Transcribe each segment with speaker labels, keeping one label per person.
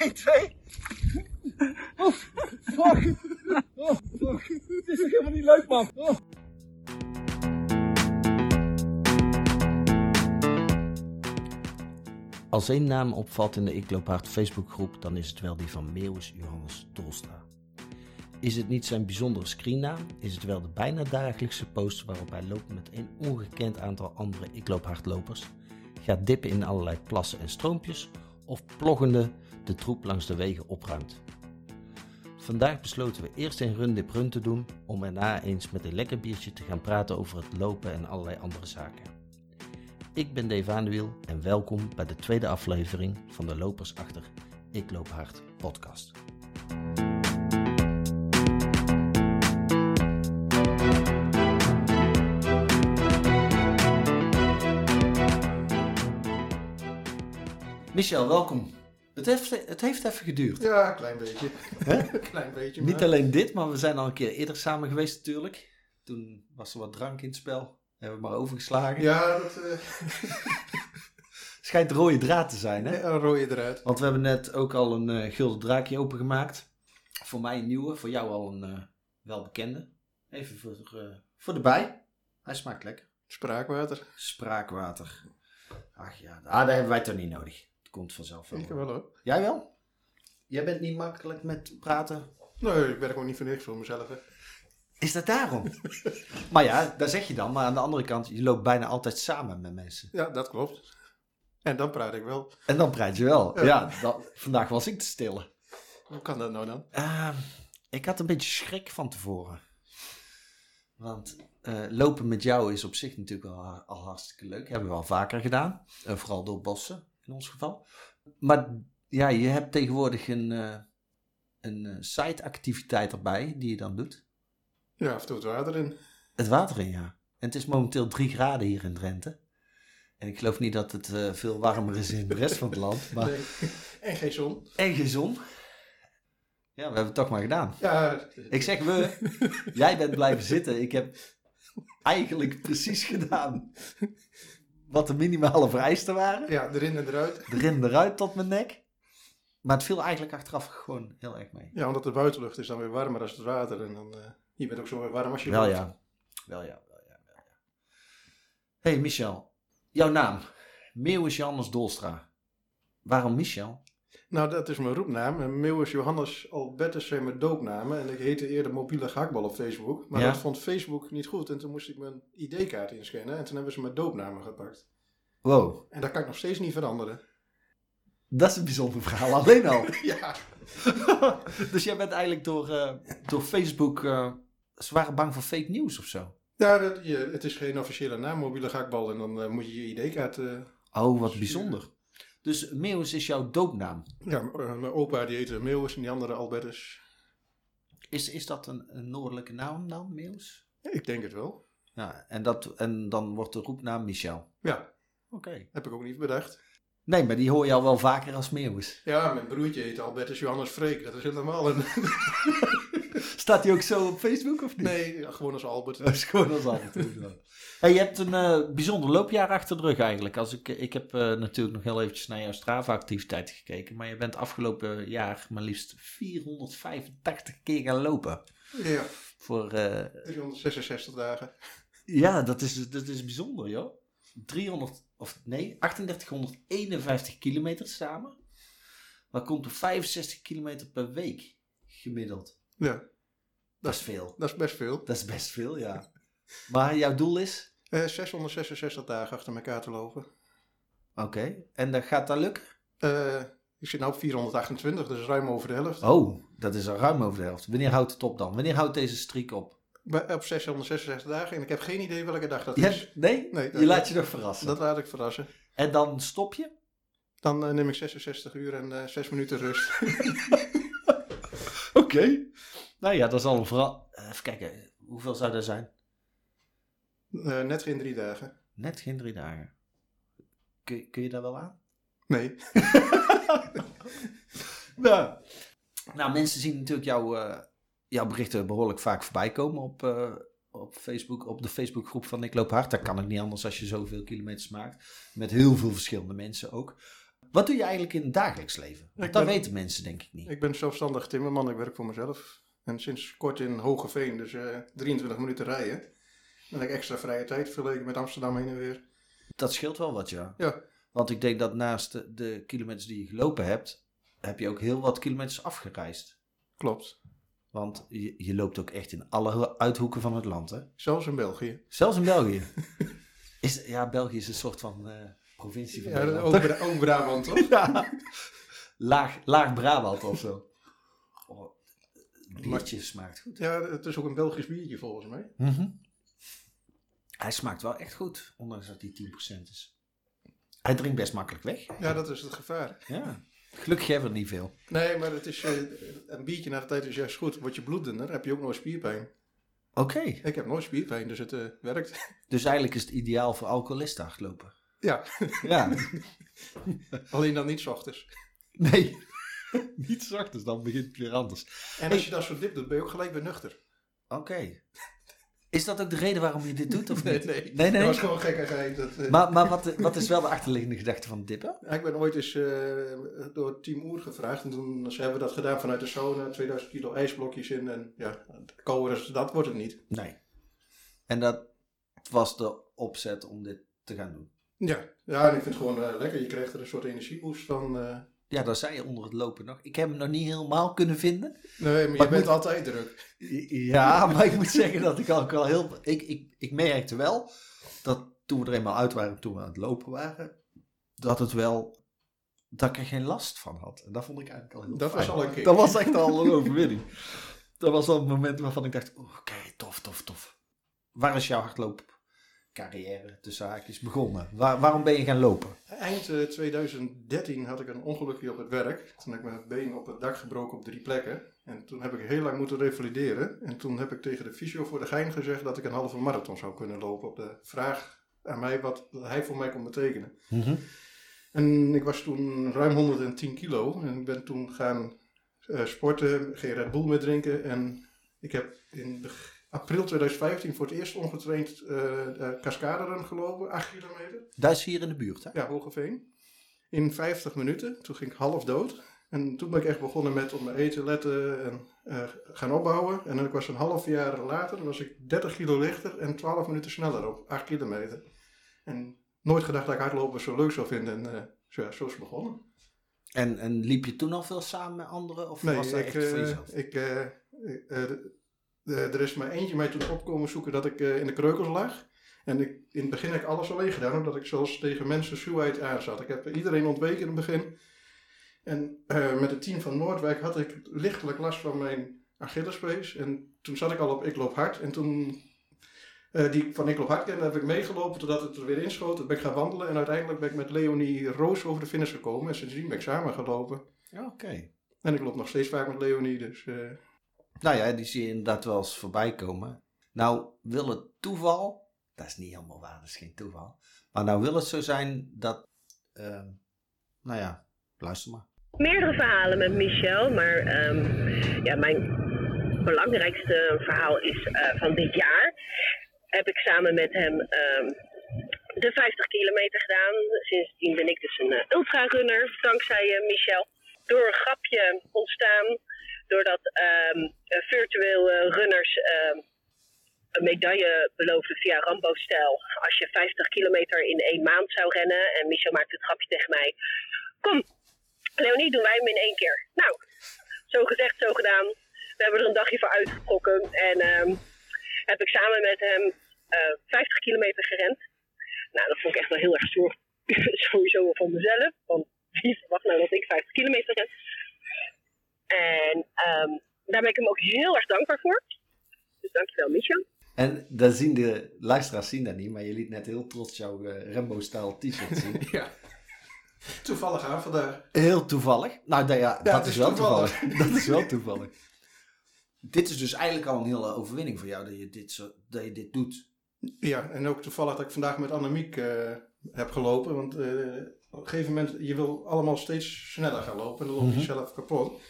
Speaker 1: Nee, twee. Oh, fuck. Oh, fuck. Het is toch helemaal niet leuk, man. Oh.
Speaker 2: Als één naam opvalt in de Ik Loop Hard Facebookgroep, dan is het wel die van Meeuwis Johannes Tolstra. Is het niet zijn bijzondere screennaam, is het wel de bijna dagelijkse post waarop hij loopt met een ongekend aantal andere Ik Loop Hardlopers, gaat dippen in allerlei plassen en stroompjes of ploggende de troep langs de wegen opruimt. Vandaag besloten we eerst een run dip run te doen om erna eens met een lekker biertje te gaan praten over het lopen en allerlei andere zaken. Ik ben Dave Aandewiel en welkom bij de tweede aflevering van de Lopers Achter Ik Loop Hard podcast. Michel, welkom. Het heeft, het heeft even geduurd.
Speaker 3: Ja, een klein beetje. klein beetje.
Speaker 2: Niet
Speaker 3: maar-
Speaker 2: alleen dit, maar we zijn al een keer eerder samen geweest natuurlijk. Toen was er wat drank in het spel. Hebben we maar overgeslagen.
Speaker 3: Ja, dat eh,
Speaker 2: Schijnt rode draad te zijn, hè?
Speaker 3: een rode eruit.
Speaker 2: Want we hebben net ook al een eh, gulden draakje opengemaakt. Voor mij een nieuwe, voor jou al een eh, welbekende. Even voor, eh, voor de bij. Hij smaakt lekker.
Speaker 3: Spraakwater.
Speaker 2: Spraakwater. Ach ja, ah, daar hebben wij toch niet nodig. Het komt vanzelf wel.
Speaker 3: Ik wel hoor.
Speaker 2: Jij wel? Jij bent niet makkelijk met praten.
Speaker 3: Nee, ik ben gewoon niet voor niks voor mezelf. Hè.
Speaker 2: Is dat daarom? maar ja, daar zeg je dan. Maar aan de andere kant, je loopt bijna altijd samen met mensen.
Speaker 3: Ja, dat klopt. En dan praat ik wel.
Speaker 2: En dan praat je wel.
Speaker 3: Ja.
Speaker 2: Ja, dat- vandaag was ik te stil.
Speaker 3: Hoe kan dat nou dan?
Speaker 2: Ehm, ik had een beetje schrik van tevoren. Want eh, lopen met jou is op zich natuurlijk al, al hartstikke leuk. Hebben we al vaker gedaan. Eh, vooral door bossen in ons geval. Maar ja, je hebt tegenwoordig een, eh een eh, side-activiteit erbij die je dan doet.
Speaker 3: Ja, af en toe het water in.
Speaker 2: Het water in, ja. En het is momenteel 3 graden hier in Drenthe. En ik geloof niet dat het eh, veel warmer is in de rest van het land. Maar...
Speaker 3: Nee. En geen zon.
Speaker 2: En gezond. Ja, we hebben het toch maar gedaan.
Speaker 3: Ja,
Speaker 2: Ik zeg we, jij bent blijven zitten. Ik heb eigenlijk precies gedaan wat de minimale vereisten waren.
Speaker 3: ja, erin en eruit.
Speaker 2: Erin en eruit tot mijn nek. Maar het viel eigenlijk achteraf gewoon heel erg mee.
Speaker 3: Ja, omdat de buitenlucht is dan weer warmer als het water. En dan, eh, je bent ook zo weer warm als je
Speaker 2: Wel ja. Wel
Speaker 3: loopt.
Speaker 2: ja, wel ja, wel ja. hey Michel, jouw naam. Meeuwis Jannes Dolstra. Waarom Michel?
Speaker 3: Nou, dat is mijn roepnaam. En Meeuw is Johannes Albertus zijn mijn doopnamen. En ik heette eerder mobiele gehaktbal op Facebook. Maar
Speaker 2: Ja.
Speaker 3: dat vond Facebook niet goed. En toen moest ik mijn ID-kaart inscannen. En toen hebben ze mijn doopnamen gepakt.
Speaker 2: Wow,
Speaker 3: En dat kan ik nog steeds niet veranderen.
Speaker 2: dat is een bijzonder verhaal alleen al.
Speaker 3: Ja.
Speaker 2: dus jij bent eigenlijk door, eh, door Facebook... eh, ze waren bang voor fake news of zo.
Speaker 3: Ja, dat- je, het is geen officiële naam, mobiele gehaktbal. En dan eh, moet je je ID-kaart... eh,
Speaker 2: Oh, wat bijzonder. Dus Meeuwis is jouw doopnaam.
Speaker 3: ja, m- eh, mijn opa die heette Meeuwis en die andere Albertus.
Speaker 2: Is, is dat een, een noordelijke naam dan, Meeuwis?
Speaker 3: Ja, ik denk het wel.
Speaker 2: Ja, en, dat, en dan wordt de roepnaam Michel.
Speaker 3: Ja,
Speaker 2: Oké.
Speaker 3: heb ik ook niet bedacht.
Speaker 2: Nee, maar die hoor je al wel vaker als Meeuwis.
Speaker 3: Ja, mijn broertje heette Albertus Johannes Freek. Dat is helemaal een...
Speaker 2: Staat die ook zo op Facebook of niet?
Speaker 3: Nee, ja, gewoon als Albert.
Speaker 2: Dat is gewoon als altijd. Hey, je hebt een eh, bijzonder loopjaar achter de rug eigenlijk. Als ik, ik heb eh, natuurlijk nog heel eventjes naar jouw Strava-activiteiten gekeken. Maar je bent afgelopen jaar maar liefst 485 keer gaan lopen.
Speaker 3: Ja,
Speaker 2: Voor, eh,
Speaker 3: 366 dagen.
Speaker 2: Ja, dat is, dat is bijzonder, joh. 300, of nee, 3851 kilometer samen. Maar komt op 65 kilometer per week gemiddeld.
Speaker 3: Ja,
Speaker 2: Dat is veel.
Speaker 3: dat is best veel.
Speaker 2: Dat is best veel, ja. Maar jouw doel is?
Speaker 3: Eh, 666 dagen achter elkaar te lopen.
Speaker 2: Oké, en dat gaat dat lukken?
Speaker 3: Eh, ik zit nu op 428, dus ruim over de helft.
Speaker 2: Oh, dat is al ruim over de helft. Wanneer houdt het op dan? Wanneer houdt deze streak op?
Speaker 3: Bij- Op 666 dagen en ik heb geen idee welke dag dat
Speaker 2: Je
Speaker 3: is.
Speaker 2: hebt- nee?
Speaker 3: Nee, dat-
Speaker 2: je laat je nog verrassen.
Speaker 3: Dat laat ik verrassen.
Speaker 2: En dan stop je?
Speaker 3: Dan eh, neem ik 66 uur en eh 6 minuten rust.
Speaker 2: Oké. Nou ja, dat is al een verra- Even kijken, hoeveel zou dat zijn?
Speaker 3: Eh, net geen drie dagen.
Speaker 2: Net geen drie dagen. Kun, kun je daar wel aan?
Speaker 3: Nee.
Speaker 2: Nou, nou mensen zien natuurlijk jouw, eh, jouw berichten behoorlijk vaak voorbij komen op, eh, op Facebook, op de Facebookgroep van Ik Loop Hard. Dat kan ook niet anders als je zoveel kilometers maakt. Met heel veel verschillende mensen ook. Wat doe je eigenlijk in het dagelijks leven? Want
Speaker 3: Ik
Speaker 2: dat
Speaker 3: ben-
Speaker 2: weten mensen denk ik niet.
Speaker 3: Ik ben zelfstandig timmerman, ik werk voor mezelf. En sinds kort in Hogeveen, dus eh 23 minuten rijden. Dan heb ik extra vrije tijd vergeleken met Amsterdam heen en weer.
Speaker 2: Dat scheelt wel wat, ja.
Speaker 3: Ja,
Speaker 2: Want ik denk dat naast de, de kilometers die je gelopen hebt, heb je ook heel wat kilometers afgereisd.
Speaker 3: klopt.
Speaker 2: Want je, je loopt ook echt in alle uithoeken van het land, hè?
Speaker 3: Zelfs in België.
Speaker 2: Zelfs in België. Is, ja, België is een soort van eh, provincie van
Speaker 3: Ja, dat-
Speaker 2: Nederland.
Speaker 3: ook, Bra- ook Brabant, toch?
Speaker 2: Ja. Laag, laag Brabant of zo. Oh, het biertje smaakt goed.
Speaker 3: Ja, het is ook een Belgisch biertje volgens mij.
Speaker 2: Mhm. Hij smaakt wel echt goed, ondanks dat hij 10% is. Hij drinkt best makkelijk weg.
Speaker 3: Ja, dat is het gevaar.
Speaker 2: Ja. Gelukkig hebben we er niet veel.
Speaker 3: Nee, maar het is, eh, een biertje na de tijd is juist goed. Word je bloeddunner, heb je ook nooit spierpijn.
Speaker 2: Oké.
Speaker 3: Ik heb nooit spierpijn, dus het eh, werkt.
Speaker 2: Dus eigenlijk is het ideaal voor alcoholisten hardlopen.
Speaker 3: Ja,
Speaker 2: Ja.
Speaker 3: alleen dan niet 's ochtends.
Speaker 2: Nee. niet zachters, dan begint het weer anders.
Speaker 3: En als je dat zo dip doet, ben je ook gelijk weer nuchter.
Speaker 2: Oké. Is dat ook de reden waarom je dit doet of niet?
Speaker 3: nee.
Speaker 2: Nee, nee.
Speaker 3: Dat was gewoon gekkigheid. Dat, eh,
Speaker 2: Maar, maar wat, wat is wel de achterliggende gedachte van dippen?
Speaker 3: Ja, Ik ben ooit eens eh, door Team Oer gevraagd. En toen ze hebben we dat gedaan vanuit de sauna. 2000 kilo ijsblokjes in. En ja, kouder is dat wordt het niet.
Speaker 2: Nee. En dat was de opzet om dit te gaan doen.
Speaker 3: Ja, ja en ik vind het gewoon eh, lekker. Je krijgt er een soort energieboost van. eh,
Speaker 2: Ja, dat zei je onder het lopen nog. Ik heb hem nog niet helemaal kunnen vinden.
Speaker 3: Nee, maar
Speaker 2: Maar
Speaker 3: je bent
Speaker 2: moet-
Speaker 3: altijd druk.
Speaker 2: Ja, maar ik moet zeggen dat ik ook wel heel... Ik, ik, ik merkte wel dat toen we er eenmaal uit waren, toen we aan het lopen waren, dat het wel... Dat ik er geen last van had. En dat vond ik eigenlijk al heel
Speaker 3: Dat was
Speaker 2: fijn.
Speaker 3: al een keer.
Speaker 2: Dat was echt al een overwinning. Dat was al het moment waarvan ik dacht, oké, tof, tof, tof. Waar is jouw hardloopcarrière tussen haakjes begonnen? Waar- waarom ben je gaan lopen?
Speaker 3: Eind eh, 2013 had ik een ongelukje op het werk. Toen heb ik mijn been op het dak gebroken op drie plekken. En toen heb ik heel lang moeten revalideren. En toen heb ik tegen de fysio voor de gein gezegd dat ik een halve marathon zou kunnen lopen. Op de vraag aan mij wat hij voor mij kon betekenen. En ik was toen ruim 110 kilo. En ik ben toen gaan eh, sporten, geen Red Bull meer drinken. En ik heb in beg- april 2015 voor het eerst ongetraind eh eh Cascaderun gelopen, 8 kilometer.
Speaker 2: Dat is hier in de buurt, hè?
Speaker 3: Ja, Hogeveen. In 50 minuten. Toen ging ik half dood. En toen ben ik echt begonnen met op mijn eten letten en eh, gaan opbouwen. En dan was een half jaar later was ik 30 kilo lichter en 12 minuten sneller op 8 kilometer. En nooit gedacht dat ik hardlopen zo leuk zou vinden. En eh, zo, ja, zo is het begonnen.
Speaker 2: En, en liep je toen al veel samen met anderen? Of
Speaker 3: Nee,
Speaker 2: was dat
Speaker 3: ik,
Speaker 2: echt voor
Speaker 3: eh,
Speaker 2: jezelf?
Speaker 3: ik, eh, eh, eh, eh, er is maar eentje mij toen opkomen zoeken dat ik eh, in de kreukels lag. En ik, in het begin heb ik alles alleen gedaan, omdat ik zelfs tegen mensen schuwheid aan zat. Ik heb iedereen ontweken in het begin. En eh, met het team van Noordwijk had ik lichtelijk last van mijn Achillespees. En toen zat ik al op Ik Loop Hard. En toen, eh, die ik van Ik Loop Hard kende, heb ik meegelopen totdat het er weer inschoot. Toen ben ik gaan wandelen en uiteindelijk ben ik met Leonie Roos over de finish gekomen. En sindsdien ben ik samen gelopen.
Speaker 2: Ja, Oké.
Speaker 3: En ik loop nog steeds vaak met Leonie, dus... eh,
Speaker 2: Nou ja, die zie je inderdaad wel eens voorbij komen. Nou wil het toeval, dat is niet helemaal waar, dat is geen toeval. Maar nou wil het zo zijn dat, ehm, nou ja, luister maar.
Speaker 4: meerdere verhalen met Michel, maar ehm, ja, mijn belangrijkste verhaal is eh, van dit jaar. Heb ik samen met hem ehm, de 50 kilometer gedaan. Sindsdien ben ik dus een ultra ultrarunner, dankzij eh, Michel. Door een grapje ontstaan, doordat ehm, eh, virtueel eh, runners ehm, een medaille beloofden via Rambo-stijl. Als je 50 kilometer in één maand zou rennen. En Michel maakt het grapje tegen mij. Kom, Leonie, doen wij hem in één keer. Nou, zo gezegd, zo gedaan. We hebben er een dagje voor uitgetrokken. En ehm, heb ik samen met hem eh, 50 kilometer gerend. Nou, dat vond ik echt wel heel erg stoer. Sowieso van mezelf. Want wie verwacht nou dat ik 50 kilometer ren? En ehm, daar ben ik hem ook heel erg dankbaar voor. Dus dankjewel, Michel.
Speaker 2: En dat zien de luisteraars zien dat niet, maar je liet net heel trots jouw eh, Rambo-stijl t-shirt zien.
Speaker 3: Ja. Toevallig aan vandaag.
Speaker 2: Heel toevallig. Nou dat- ja, dat
Speaker 3: het
Speaker 2: is,
Speaker 3: is
Speaker 2: wel toevallig.
Speaker 3: toevallig.
Speaker 2: Dat is wel toevallig. dit is dus eigenlijk al een hele overwinning voor jou dat je dit, zo, dat je dit doet.
Speaker 3: Ja, en ook toevallig dat ik vandaag met Annemiek eh, heb gelopen. Want eh, op een gegeven moment, je wil allemaal steeds sneller gaan lopen. En dan loop je zelf kapot.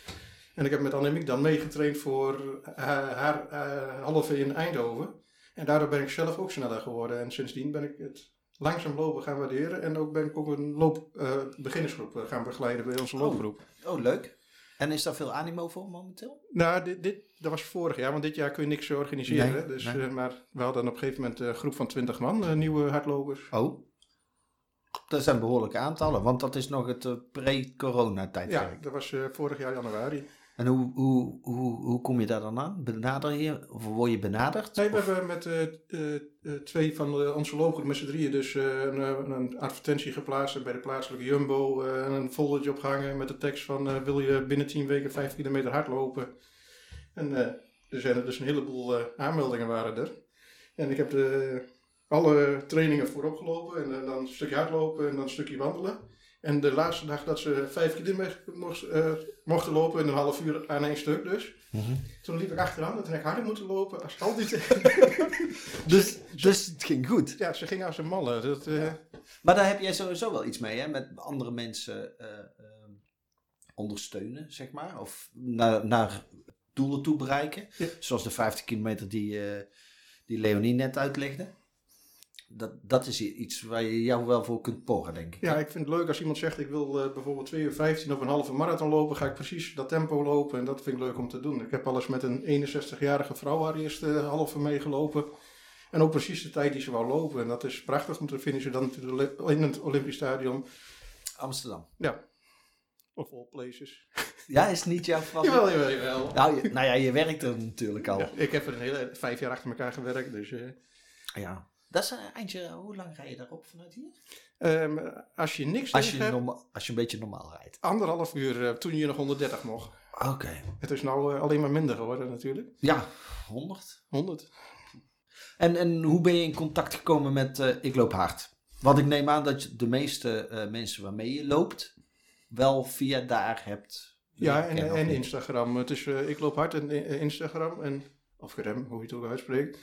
Speaker 3: En ik heb met Annemiek dan meegetraind voor eh, haar eh, halve in Eindhoven. En daardoor ben ik zelf ook sneller geworden. En sindsdien ben ik het langzaam lopen gaan waarderen. En ook ben ik ook een loop, eh, beginnersgroep eh, gaan begeleiden bij onze loopgroep.
Speaker 2: Oh, leuk. En is daar veel animo voor momenteel?
Speaker 3: Nou, dit, dit, dat was vorig jaar, want dit jaar kun je niks organiseren.
Speaker 2: Nee,
Speaker 3: dus,
Speaker 2: nee.
Speaker 3: eh, maar we hadden op een gegeven moment eh, een groep van 20 man, eh, nieuwe hardlopers.
Speaker 2: Oh. Dat zijn behoorlijke aantallen, want dat is nog het eh, pre-corona tijdperk.
Speaker 3: Ja, dat was eh, vorig jaar januari.
Speaker 2: En hoe, hoe, hoe, hoe kom je daar dan aan? Benader je, of word je benaderd?
Speaker 3: Nee, we hebben met eh, eh, eh, twee van de- onze loopgroep, met z'n drieën, dus eh, een, eh, een advertentie geplaatst en bij de plaatselijke Jumbo. eh, een foldertje opgehangen met de tekst van eh, wil je binnen 10 weken 5 kilometer hardlopen? En eh, er zijn er dus een heleboel eh, aanmeldingen waren er. En ik heb de, alle trainingen voorop gelopen en eh, dan een stukje hardlopen en dan een stukje wandelen. En de laatste dag dat ze 5 kilometer mocht, eh, mochten lopen in een half uur aan één stuk dus. Toen liep ik achteraan en toen heb ik harder moeten lopen als al die...
Speaker 2: Dus, dus het ging goed.
Speaker 3: Ja, ze gingen als een malle. Dat, eh,
Speaker 2: Maar daar heb jij sowieso wel iets mee, hè? Met andere mensen eh, eh, ondersteunen, zeg maar. Of naar, naar doelen toe bereiken.
Speaker 3: Ja.
Speaker 2: Zoals de 50 kilometer die, eh, die Leonie net uitlegde. Dat, dat is iets waar je jou wel voor kunt porren, denk ik.
Speaker 3: ja, ik vind het leuk als iemand zegt, ik wil eh, bijvoorbeeld 2 uur 15 of een halve marathon lopen. Ga ik precies dat tempo lopen en dat vind ik leuk om te doen. Ik heb al eens met een 61-jarige vrouw haar eerste halve meegelopen. En ook precies de tijd die ze wou lopen. En dat is prachtig, want dan vinden ze dan natuurlijk in het Olympisch Stadion.
Speaker 2: Amsterdam.
Speaker 3: Ja, of all places.
Speaker 2: Ja, is niet jouw favoriet?
Speaker 3: Jawel, jawel, jawel.
Speaker 2: Nou, je- nou ja, je werkt er natuurlijk al.
Speaker 3: Ja, ik heb er een hele vijf jaar achter elkaar gewerkt, dus... eh,
Speaker 2: Ja. Dat is een eindje, hoe lang rij je daarop vanuit hier?
Speaker 3: ehm, als je niks
Speaker 2: Als
Speaker 3: tegen
Speaker 2: je,
Speaker 3: hebt,
Speaker 2: norma- als je een beetje normaal rijdt.
Speaker 3: anderhalf uur eh, toen je nog 130 mocht.
Speaker 2: Oké.
Speaker 3: Het is nou eh, alleen maar minder geworden natuurlijk.
Speaker 2: Ja, 100.
Speaker 3: 100.
Speaker 2: En, en hoe ben je in contact gekomen met eh, Ik Loop Hard? Want ik neem aan dat je de meeste eh, mensen waarmee je loopt, wel via daar hebt.
Speaker 3: Ja,
Speaker 2: leren
Speaker 3: en,
Speaker 2: kennen,
Speaker 3: en
Speaker 2: of niet?
Speaker 3: Instagram. Het is, eh, ik loop hard en eh, Instagram. En, of rem, hoe je het ook uitspreekt.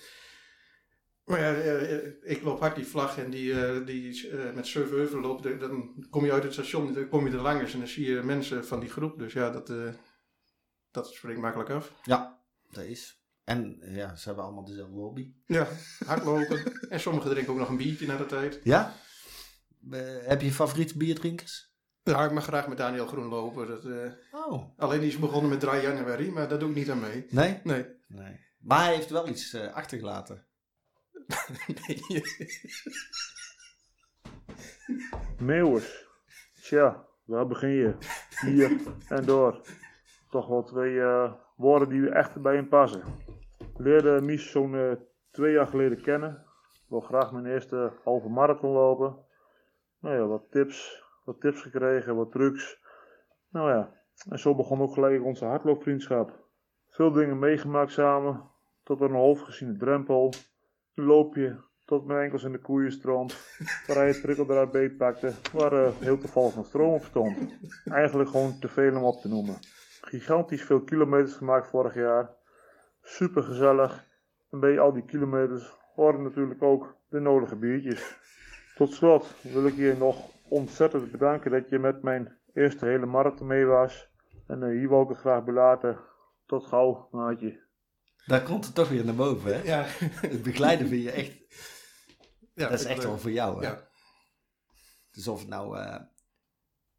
Speaker 3: Maar ja, eh, eh, ik loop hard die vlag en die, eh, die eh, met Surveuven loopt. eh, Dan kom je uit het station, dan kom je er langs en dan zie je mensen van die groep. Dus ja, dat, eh, dat spreekt makkelijk af.
Speaker 2: Ja, dat is. En eh, ja, ze hebben allemaal dezelfde hobby.
Speaker 3: Ja, hardlopen. en sommigen drinken ook nog een biertje na de tijd.
Speaker 2: Ja? Eh, heb je favoriete bierdrinkers?
Speaker 3: Ja, ik mag graag met Daniel Groen lopen. Dat, eh,
Speaker 2: Oh.
Speaker 3: alleen die is begonnen met 3 januari, maar daar doe ik niet aan mee.
Speaker 2: Nee?
Speaker 3: Nee.
Speaker 2: Nee. Maar hij heeft wel iets eh, achtergelaten.
Speaker 5: Meeuwers. Tja, waar begin je? Hier en door. Toch wel twee eh, woorden die echt bij hem passen. Ik leerde Mies zo'n eh, twee jaar geleden kennen. Ik wil graag mijn eerste halve marathon lopen. Nou ja, wat tips. Wat tips gekregen, wat trucs. Nou ja, en zo begon ook gelijk onze hardloopvriendschap. Veel dingen meegemaakt samen. Tot aan een halfgeziene drempel. Een loopje. Tot mijn enkels in de koeien stroomt waar hij het prikkeldraad beet pakte, waar eh, heel toevallig nog stroom op stond. Eigenlijk gewoon te veel om op te noemen. Gigantisch veel kilometers gemaakt vorig jaar. Super gezellig. En bij al die kilometers horen natuurlijk ook de nodige biertjes. Tot slot wil ik je nog ontzettend bedanken dat je met mijn eerste hele marathon mee was. En eh, hier wil ik het graag belaten. Tot gauw, maatje.
Speaker 2: Daar komt het toch weer naar boven, hè?
Speaker 3: Ja,
Speaker 2: Het begeleiden vind je echt,
Speaker 3: ja
Speaker 2: dat is
Speaker 3: ik,
Speaker 2: echt
Speaker 3: eh,
Speaker 2: wel voor jou, hè?
Speaker 3: Ja.
Speaker 2: Dus of het nou eh,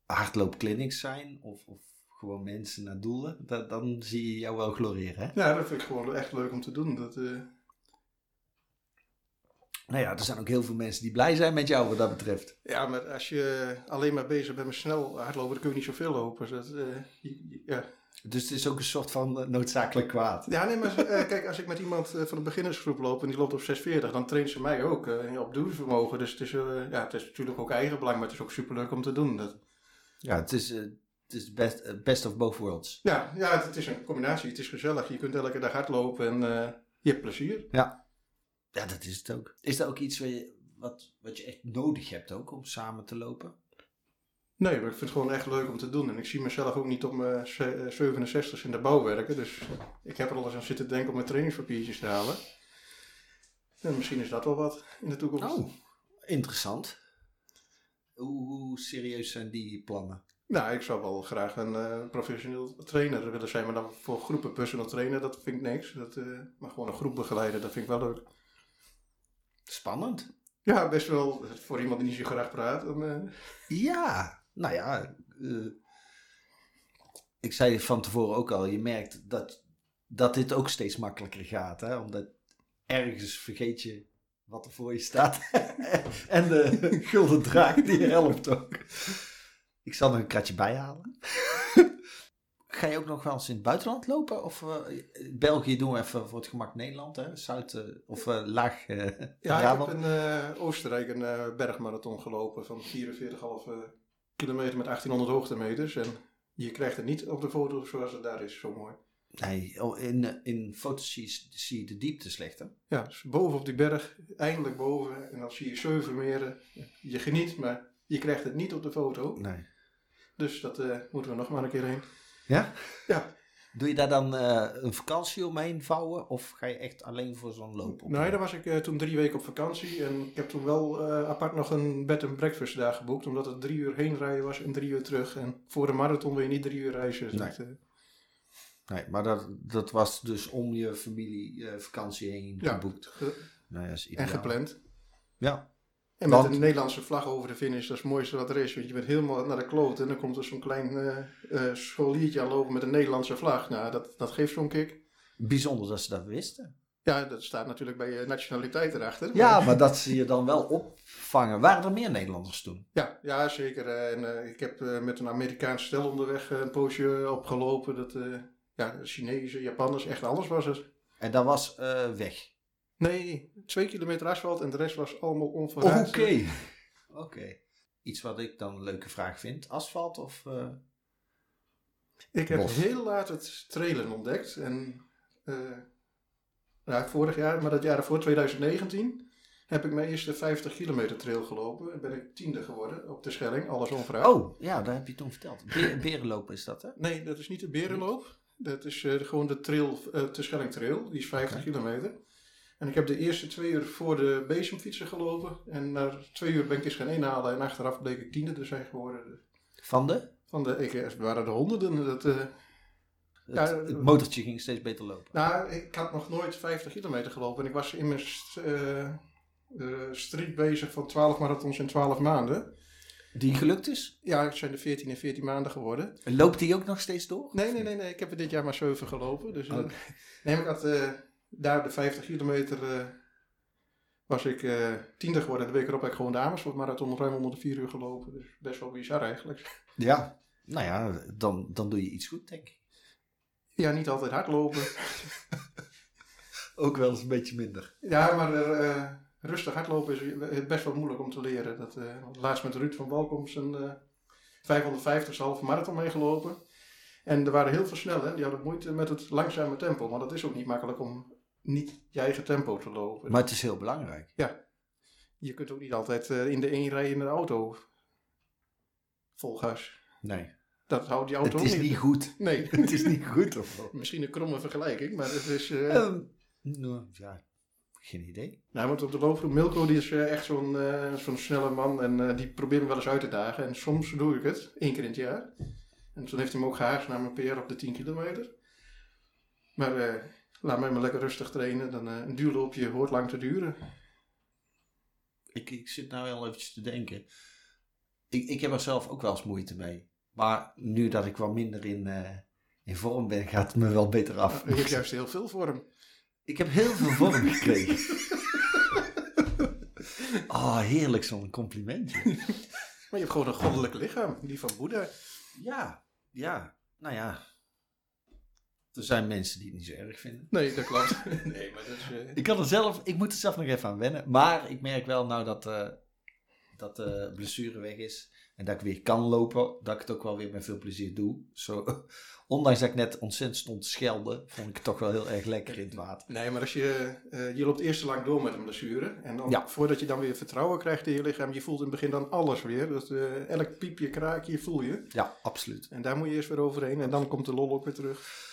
Speaker 2: hardloopclinics zijn of, of gewoon mensen naar doelen, da- dan zie je jou wel gloreren. Hè?
Speaker 3: Ja, dat vind ik gewoon echt leuk om te doen. Dat, eh,
Speaker 2: Nou ja, er zijn ook heel veel mensen die blij zijn met jou wat dat betreft.
Speaker 3: ja, maar als je alleen maar bezig bent met snel hardlopen, dan kun je niet zoveel lopen. Dus Dat, eh, je- je- ja.
Speaker 2: Dus het is ook een soort van eh, noodzakelijk kwaad.
Speaker 3: ja, nee, maar als- eh, kijk, als ik met iemand eh, van de beginnersgroep loop en die loopt op 640, dan traint ze mij ook eh, op duurvermogen. Dus het is, eh, ja, het is natuurlijk ook eigen belang, maar het is ook superleuk om te doen. Dat,
Speaker 2: Ja, het is, eh, het is best, eh, best of both worlds.
Speaker 3: ja, ja, het, het is een combinatie. Het is gezellig. Je kunt elke dag hardlopen en eh, je hebt plezier.
Speaker 2: Ja, dat is het ook. Is dat ook iets wat je, wat, wat je echt nodig hebt ook om samen te lopen?
Speaker 3: Nee, maar ik vind het gewoon echt leuk om te doen. En ik zie mezelf ook niet op mijn ze- eh, 67 in de bouw werken. Dus ik heb er al eens aan zitten denken om mijn trainingspapiertjes te halen. En misschien is dat wel wat in de toekomst.
Speaker 2: Oh, interessant. Hoe, hoe serieus zijn die plannen?
Speaker 3: Nou, ik zou wel graag een eh, professioneel trainer willen zijn. Maar dan voor groepen personal trainer, dat vind ik niks. Dat, eh, maar gewoon een groep begeleiden, dat vind ik wel leuk.
Speaker 2: Spannend.
Speaker 3: Ja, best wel eh, voor iemand die niet zo graag praat. Dan, eh,
Speaker 2: Ja, nou ja. eh, ik zei van tevoren ook al, je merkt dat, dat dit ook steeds makkelijker gaat. Hè? Omdat ergens vergeet je wat er voor je staat. en de gulden draak die je helpt ook. Ik zal er een kratje bij halen. Ga je ook nog wel eens in het buitenland lopen? Of eh, België doen we even voor het gemak Nederland, hè? Zuid- eh, of eh, laag eh
Speaker 3: ja, ik
Speaker 2: Brabant.
Speaker 3: heb in eh, Oostenrijk een eh, bergmarathon gelopen van 44,5 kilometer met 1800 hoogtemeters. En je krijgt het niet op de foto zoals het daar is, zo mooi.
Speaker 2: Nee, oh, in, eh, in foto's zie je, zie je de diepte slecht, hè?
Speaker 3: Ja, dus boven op die berg, eindelijk boven. En dan zie je Zeuvermeren. Je geniet, maar je krijgt het niet op de foto.
Speaker 2: Nee.
Speaker 3: Dus dat eh, moeten we nog maar een keer heen.
Speaker 2: Ja?
Speaker 3: Ja.
Speaker 2: Doe je daar dan eh, een vakantie omheen vouwen? Of ga je echt alleen voor zo'n loop op?
Speaker 3: Nee, daar was ik eh, toen drie weken op vakantie. En ik heb toen wel eh, apart nog een bed and breakfast daar geboekt. Omdat het drie uur heen rijden was en drie uur terug. En voor een marathon wil je niet drie uur reizen. Dus
Speaker 2: Nee.
Speaker 3: dat, eh,
Speaker 2: Nee, maar dat, dat was dus om je familievakantie vakantie heen
Speaker 3: Ja.
Speaker 2: geboekt.
Speaker 3: ge-
Speaker 2: Nou, ja, is
Speaker 3: en
Speaker 2: ideaal.
Speaker 3: gepland.
Speaker 2: Ja.
Speaker 3: En met
Speaker 2: Want-
Speaker 3: een Nederlandse vlag over de finish, dat is het mooiste wat er is. Want je bent helemaal naar de kloot en dan komt er zo'n klein eh, eh, scholiertje aan lopen met een Nederlandse vlag. Nou, dat, dat geeft zo'n kick.
Speaker 2: Bijzonder dat ze dat wisten.
Speaker 3: Ja, dat staat natuurlijk bij je nationaliteit erachter.
Speaker 2: Ja, maar dat ze je dan wel opvangen. Waren er meer Nederlanders toen?
Speaker 3: Ja, ja zeker. Eh, En eh, ik heb eh, met een Amerikaans stel onderweg eh, een poosje opgelopen. Dat, eh, ja, Chinezen, Japanners, echt alles was er.
Speaker 2: En dat was eh, weg.
Speaker 3: Nee, twee kilometer asfalt en de rest was allemaal
Speaker 2: Oh, Oké.
Speaker 3: onverhuisd.
Speaker 2: Oké. Iets wat ik dan een leuke vraag vind. Asfalt of... eh,
Speaker 3: Ik heb
Speaker 2: Bos.
Speaker 3: heel laat het trailen ontdekt. En eh, nou, vorig jaar, maar dat jaar ervoor, 2019, heb ik mijn eerste 50 kilometer trail gelopen. En ben ik tiende geworden op de Schelling, alles onverhuisd.
Speaker 2: Oh, ja, dat heb je toen verteld. Be- berenlopen is dat, hè?
Speaker 3: Nee, dat is niet de Berenloop. Dat is eh, gewoon de trail, eh de Schelling Trail. Die is 50 kilometer. En ik heb de eerste twee uur voor de bezemfietsen gelopen. En na twee uur ben ik eens gaan inhalen. En achteraf bleek ik tiende te zijn geworden.
Speaker 2: Van de?
Speaker 3: Van de, E ik, het waren de honderden. Dat, eh,
Speaker 2: Het,
Speaker 3: Ja,
Speaker 2: het motortje ging steeds beter lopen.
Speaker 3: nou, ik had nog nooit 50 kilometer gelopen. En ik was in mijn st- eh, eh, streak bezig van 12 marathons in 12 maanden.
Speaker 2: Die gelukt dus? is?
Speaker 3: Ja, het zijn er 14 en 14 maanden geworden.
Speaker 2: Loopt die ook nog steeds door?
Speaker 3: Nee, nee, nee, nee. Ik heb er dit jaar maar 7 gelopen. Dus eh, neem ik had eh, daar op de 50 kilometer eh, was ik eh, tiende geworden. En de week erop heb ik gewoon de Amersfoort Marathon ruim onder de 4 uur gelopen. Dus best wel bizar eigenlijk.
Speaker 2: Ja. Nou ja, dan, dan doe je iets goed, denk ik.
Speaker 3: Ja, niet altijd hardlopen.
Speaker 2: Ook wel eens een beetje minder.
Speaker 3: ja, maar eh, rustig hardlopen is best wel moeilijk om te leren. Dat, eh, laatst met Ruud van Balkom zijn eh 550 halve marathon meegelopen. En er waren heel veel snellen. Die hadden moeite met het langzame tempo. Maar dat is ook niet makkelijk om niet je eigen tempo te lopen.
Speaker 2: Maar het is heel belangrijk.
Speaker 3: Je kunt ook niet altijd eh, in de één rij in de auto. Vol gas.
Speaker 2: Nee.
Speaker 3: Dat houdt die auto
Speaker 2: Het
Speaker 3: ook
Speaker 2: is
Speaker 3: niet.
Speaker 2: Oh, niet goed.
Speaker 3: Nee.
Speaker 2: Het is niet goed of wat?
Speaker 3: Misschien een kromme vergelijking, maar het is... eh,
Speaker 2: Ehm, nou, ja, geen idee.
Speaker 3: Nou, want op de loopgroep, Milko die is eh, echt zo'n eh, zo'n snelle man en eh, die probeert me wel eens uit te dagen. En soms doe ik het, één keer in het jaar. En toen heeft hij me ook gehaagd naar mijn PR op de 10 kilometer. Maar eh, laat mij maar lekker rustig trainen, dan eh, een duurloopje hoort lang te duren.
Speaker 2: Ik, ik zit nou wel eventjes te denken. Ik, ik heb er zelf ook wel eens moeite mee. Maar nu dat ik wat minder in, eh, in vorm ben, gaat het me wel beter af.
Speaker 3: Je hebt juist heel veel voor hem.
Speaker 2: Ik heb heel veel vorm gekregen. Oh, heerlijk zo'n complimentje.
Speaker 3: Maar je hebt gewoon een goddelijk lichaam, die van Boeddha.
Speaker 2: Ja, ja, nou ja. Er zijn mensen die het niet zo erg vinden.
Speaker 3: Nee, dat klopt. nee, maar dat is... eh,
Speaker 2: Ik, kan er zelf, ik moet er zelf nog even aan wennen. Maar ik merk wel nou dat, eh, dat de blessure weg is. En dat ik weer kan lopen. Dat ik het ook wel weer met veel plezier doe. Zo, ondanks dat ik net ontzettend stond te schelden. Vond ik het toch wel heel erg lekker in het water.
Speaker 3: Nee, maar als je, eh, je loopt eerst te lang door met een blessure. En dan,
Speaker 2: Ja.
Speaker 3: voordat je dan weer vertrouwen krijgt in je lichaam, je voelt in het begin dan alles weer. Dus eh, elk piepje, kraakje voel je.
Speaker 2: Ja, absoluut.
Speaker 3: En daar moet je eerst weer overheen. En dan komt de lol ook weer terug.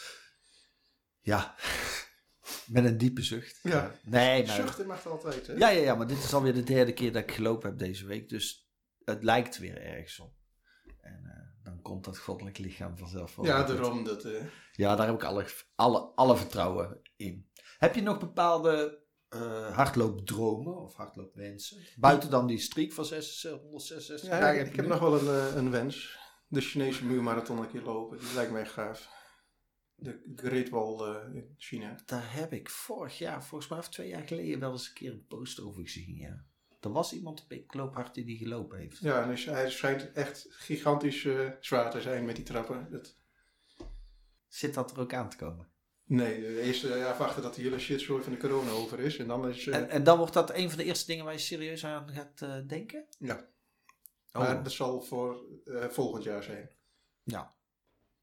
Speaker 2: Ja. Met een diepe zucht.
Speaker 3: Ja.
Speaker 2: Nee, maar...
Speaker 3: Zuchten mag altijd, hè?
Speaker 2: Ja, ja, ja, maar dit is alweer de derde keer dat ik gelopen heb deze week. Dus het lijkt weer ergens op. En eh, dan komt dat goddelijk lichaam vanzelf wel.
Speaker 3: Ja,
Speaker 2: weer goed.
Speaker 3: daarom. Dat, eh,
Speaker 2: Ja, daar heb ik alle, alle, alle vertrouwen in. Heb je nog bepaalde eh, hardloopdromen of hardloopwensen? Buiten dan die streak van eh, 6, 166
Speaker 3: Ja,
Speaker 2: dagen.
Speaker 3: ik, ik heb nog wel een, eh, een wens. De Chinese muurmarathon een keer lopen. Die lijkt mij gaaf. De Great Wall eh, in China.
Speaker 2: Daar heb ik vorig jaar, volgens mij of twee jaar geleden, wel eens een keer een post over gezien. Ja. Er was iemand op ik loop hard die die gelopen heeft.
Speaker 3: Ja, en hij- hij schijnt echt gigantisch eh, zwaar te zijn met die trappen. Dat,
Speaker 2: Zit dat er ook aan te komen?
Speaker 3: nee, eerst eh, afwachten dat die hele shitzooi van de corona over is. En dan is... eh,
Speaker 2: En, en dan wordt dat een van de eerste dingen waar je serieus aan gaat eh, denken?
Speaker 3: ja.
Speaker 2: Oh.
Speaker 3: Maar dat zal voor eh, volgend jaar zijn.
Speaker 2: Ja.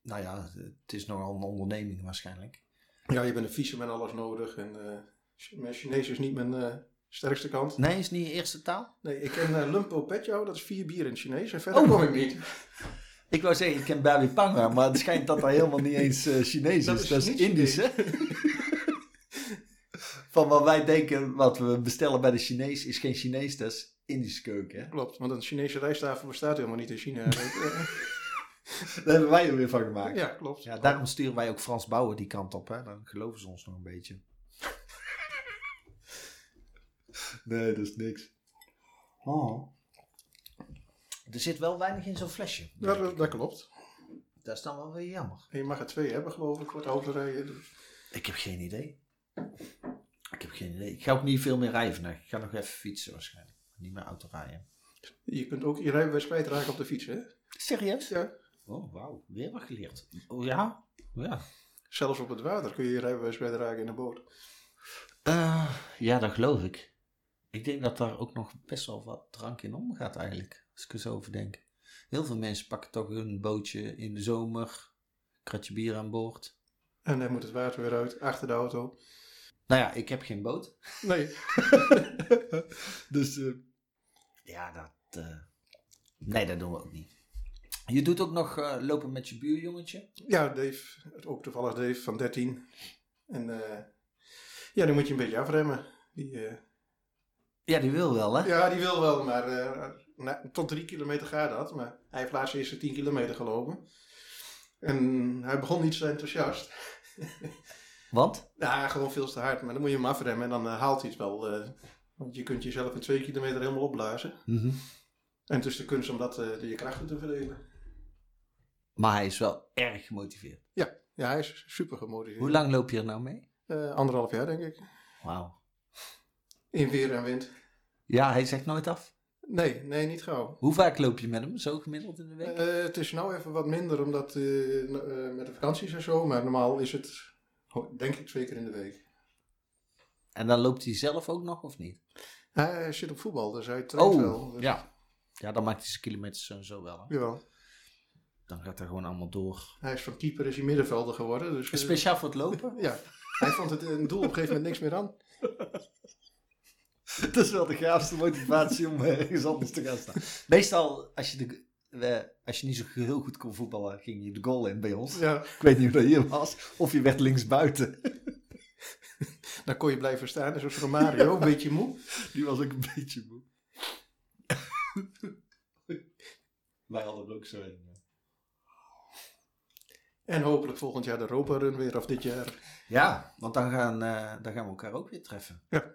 Speaker 2: Nou ja, het is nogal een onderneming waarschijnlijk.
Speaker 3: Ja, je bent een visum en alles nodig. En eh, Ch- mijn Chinees is niet mijn eh, sterkste kant.
Speaker 2: Nee, is niet je eerste taal?
Speaker 3: Nee, ik ken eh, Lumpo Petjo. Dat is vier bier in het Chinees. En verder
Speaker 2: Oh.
Speaker 3: kom ik niet.
Speaker 2: Ik wou zeggen, ik ken Babi Panga, maar het schijnt dat dat helemaal niet eens eh, Chinees
Speaker 3: Dat
Speaker 2: is.
Speaker 3: is
Speaker 2: Dat is
Speaker 3: niet
Speaker 2: Indisch, hè? Van wat wij denken, wat we bestellen bij de Chinees, is geen Chinees, dat is Indische keuken, hè?
Speaker 3: Klopt, want een Chinese rijsttafel bestaat helemaal niet in China. Eh,
Speaker 2: Daar hebben wij er weer van gemaakt.
Speaker 3: ja, klopt.
Speaker 2: Ja, daarom sturen wij ook Frans Bouwen die kant op. Hè? Dan geloven ze ons nog een beetje. Nee, dat is niks. Oh. Er zit wel weinig in zo'n flesje.
Speaker 3: Ja, dat, dat klopt.
Speaker 2: Dat is dan wel weer jammer.
Speaker 3: En je mag er twee hebben, geloof ik, voor het auto rijden. Dus-
Speaker 2: Ik heb geen idee. Ik heb geen idee. Ik ga ook niet veel meer rijden vandaag. Ik ga nog even fietsen waarschijnlijk. Niet meer auto rijden.
Speaker 3: Je kunt ook je rijbewijs kwijtraken op de fiets, hè?
Speaker 2: Serieus?
Speaker 3: Ja.
Speaker 2: Oh, wauw. Weer wat geleerd. Oh ja? Ja.
Speaker 3: Zelfs op het water kun je je rijbewijs kwijtraken in een boot.
Speaker 2: Eh, ja, dat geloof ik. Ik denk dat daar ook nog best wel wat drank in omgaat eigenlijk, als ik er zo over denk. Heel veel mensen pakken toch hun bootje in de zomer, kratje bier aan boord.
Speaker 3: En dan moet het water weer uit, achter de auto.
Speaker 2: Nou ja, ik heb geen boot.
Speaker 3: Nee,
Speaker 2: Dus eh, ja, dat... eh, nee, dat doen we ook niet. Je doet ook nog eh, lopen met je buurjongetje.
Speaker 3: ja, Dave, het ook toevallig Dave van 13. En eh, ja, dan moet je een beetje afremmen. Die, eh,
Speaker 2: Ja, die wil wel, hè?
Speaker 3: ja, die wil wel, maar eh, na- tot drie kilometer gaat dat. Maar hij heeft laatst eerst de tien kilometer gelopen. En hij begon niet zo enthousiast.
Speaker 2: Want?
Speaker 3: Ja, gewoon veel te hard. Maar dan moet je hem afremmen en dan eh, haalt hij het wel. eh, want je kunt jezelf in twee kilometer helemaal opblazen.
Speaker 2: Mhm.
Speaker 3: En het is de kunst om dat, eh, je krachten te verdelen.
Speaker 2: Maar hij is wel erg gemotiveerd.
Speaker 3: Ja, hij is super gemotiveerd.
Speaker 2: Hoe lang loop je er nou mee?
Speaker 3: Eh, anderhalf jaar, denk ik.
Speaker 2: Wauw.
Speaker 3: In weer en wind.
Speaker 2: Ja, hij zegt nooit af.
Speaker 3: Nee, nee, niet gauw.
Speaker 2: Hoe vaak loop je met hem, zo gemiddeld in de week?
Speaker 3: Eh, het is nou even wat minder, omdat eh, nou, eh, met de vakanties en zo. Maar normaal is het, ho- denk ik, twee keer in de week.
Speaker 2: En dan loopt hij zelf ook nog, of niet?
Speaker 3: Hij zit op voetbal, dus hij traint wel. Dus,
Speaker 2: Oh, ja. Ja, dan maakt hij zijn kilometers sowieso wel. Hè?
Speaker 3: Jawel.
Speaker 2: Dan gaat hij gewoon allemaal door.
Speaker 3: Hij is van keeper, is hij middenvelder geworden. Dus, eh,
Speaker 2: Speciaal voor het lopen?
Speaker 3: ja. Hij vond het een doel op een gegeven moment niks meer aan.
Speaker 2: dat is wel de gaafste motivatie om eh, ergens anders te gaan staan. Meestal, als je, de, eh, als je niet zo heel goed kon voetballen, ging je de goal in bij ons.
Speaker 3: Ja.
Speaker 2: Ik weet niet hoe dat hier was. Of je werd linksbuiten.
Speaker 3: Dan kon je blijven staan, dus zoals Romario, een beetje moe.
Speaker 2: Die was ook een beetje moe. Wij hadden er ook zo een. hè.
Speaker 3: En hopelijk volgend jaar de Europa Run weer, of dit jaar.
Speaker 2: Ja, want dan gaan, eh, dan gaan we elkaar ook weer treffen.
Speaker 3: Ja.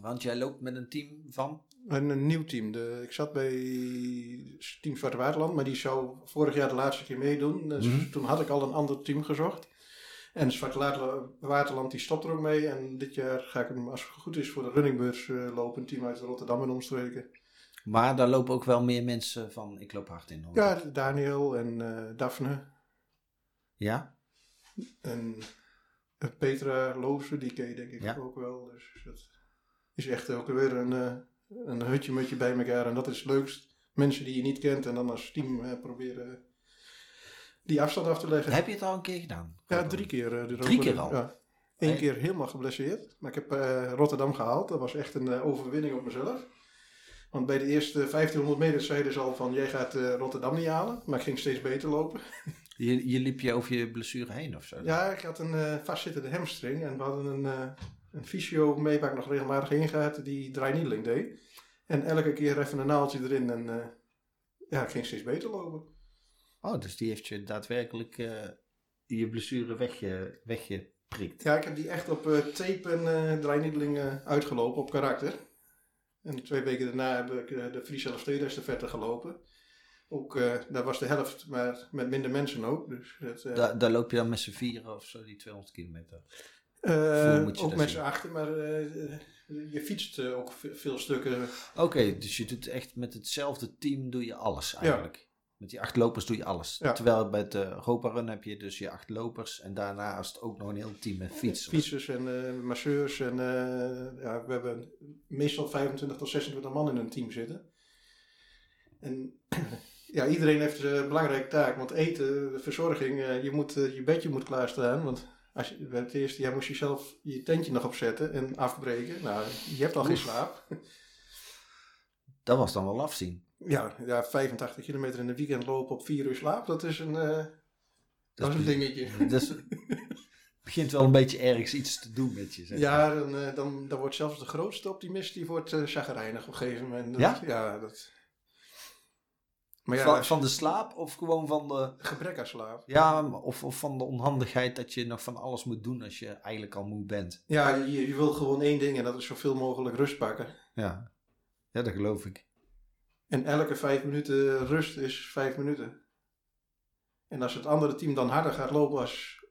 Speaker 2: Want jij loopt met een team van.
Speaker 3: Een, een nieuw team. De, ik zat bij Team Zwarte Waterland, maar die zou vorig jaar de laatste keer meedoen. Dus toen had ik al een ander team gezocht. En Zwarte Laat- Waterland die stopt er ook mee. En dit jaar ga ik hem, als het goed is, voor de runningbeurs eh, lopen. Een team uit Rotterdam en omstreken.
Speaker 2: Maar daar lopen ook wel meer mensen van. Ik loop hard in. hoor.
Speaker 3: Ja, Daniel en eh, Daphne
Speaker 2: Ja?
Speaker 3: en eh, Petra Loosen, die ken je denk ik
Speaker 2: Ja.
Speaker 3: ook wel. Dus dat is echt ook weer een, eh, een hutje mutje bij elkaar. En dat is het leukst. Mensen die je niet kent en dan als team eh, proberen die afstand af te leggen.
Speaker 2: Heb je het al een keer gedaan?
Speaker 3: Ja, drie keer. eh, de
Speaker 2: Drie keer
Speaker 3: Rotterdam.
Speaker 2: al?
Speaker 3: Ja. Eén
Speaker 2: Hey.
Speaker 3: keer helemaal geblesseerd. Maar ik heb eh, Rotterdam gehaald. Dat was echt een eh, overwinning op mezelf. Want bij de eerste 1500 meter zeiden ze al van... jij gaat eh, Rotterdam niet halen. Maar ik ging steeds beter lopen.
Speaker 2: Je, je liep je over je blessure heen of zo?
Speaker 3: Ja, ik had een eh, vastzittende hamstring. En we hadden een, eh een fysio mee waar ik nog regelmatig heen gaat. Die dry needling deed. En elke keer even een naaldje erin. En eh, ja, ik ging steeds beter lopen.
Speaker 2: Oh, dus die heeft je daadwerkelijk eh, je blessure wegge, weggepoetst.
Speaker 6: prikt.
Speaker 3: Ja, ik heb die echt op eh, tape en eh draainideling eh, uitgelopen op karakter. En twee weken daarna heb ik eh, de Friese Elfstedenstafette gelopen. Ook, eh, daar was de helft, maar met minder mensen ook. Dus dat, eh,
Speaker 2: Daar, daar loop je dan met z'n vieren of zo, die 200 kilometer.
Speaker 3: eh,
Speaker 2: Hoe moet je
Speaker 3: ook
Speaker 2: dat
Speaker 3: met
Speaker 2: zien?
Speaker 3: z'n achter, maar eh, eh, je fietst eh, ook ve- veel stukken.
Speaker 2: Oké, dus je doet echt met hetzelfde team doe je alles eigenlijk. Met die acht lopers doe je alles.
Speaker 3: Ja.
Speaker 2: Terwijl bij het eh, Europa Run heb je dus je acht lopers en daarnaast ook nog een heel team met fietsers.
Speaker 3: Fietsers en eh, masseurs. En, eh, ja, we hebben meestal 25 tot 26 man in een team zitten. En ja, iedereen heeft eh, een belangrijke taak. Want eten, de verzorging, eh, je, moet, eh, je bedje moet klaarstaan. Want als je, bij het eerste jaar moest je zelf je tentje nog opzetten en afbreken. Nou, je hebt al geen slaap.
Speaker 2: Dat was dan wel afzien.
Speaker 3: Ja, ja 85 kilometer in een weekend lopen op 4 uur slaap, dat is een, eh, dat is een dingetje.
Speaker 2: Dus begint wel een beetje ergens iets te doen met je. Zeg.
Speaker 3: Ja, dan, eh, dan, dan wordt zelfs de grootste optimist, die wordt eh chagrijnig op een gegeven moment. Dat-
Speaker 2: Ja?
Speaker 3: dat... Maar ja,
Speaker 2: van,
Speaker 3: als-
Speaker 2: van de slaap of gewoon van de...
Speaker 3: gebrek aan slaap.
Speaker 2: Ja, of, of van de onhandigheid dat je nog van alles moet doen als je eigenlijk al moe bent.
Speaker 3: Ja, je, je wil gewoon één ding en dat is zoveel mogelijk rust pakken.
Speaker 2: Ja, ja dat geloof ik.
Speaker 3: En elke vijf minuten rust is vijf minuten. En als het andere team dan harder gaat lopen als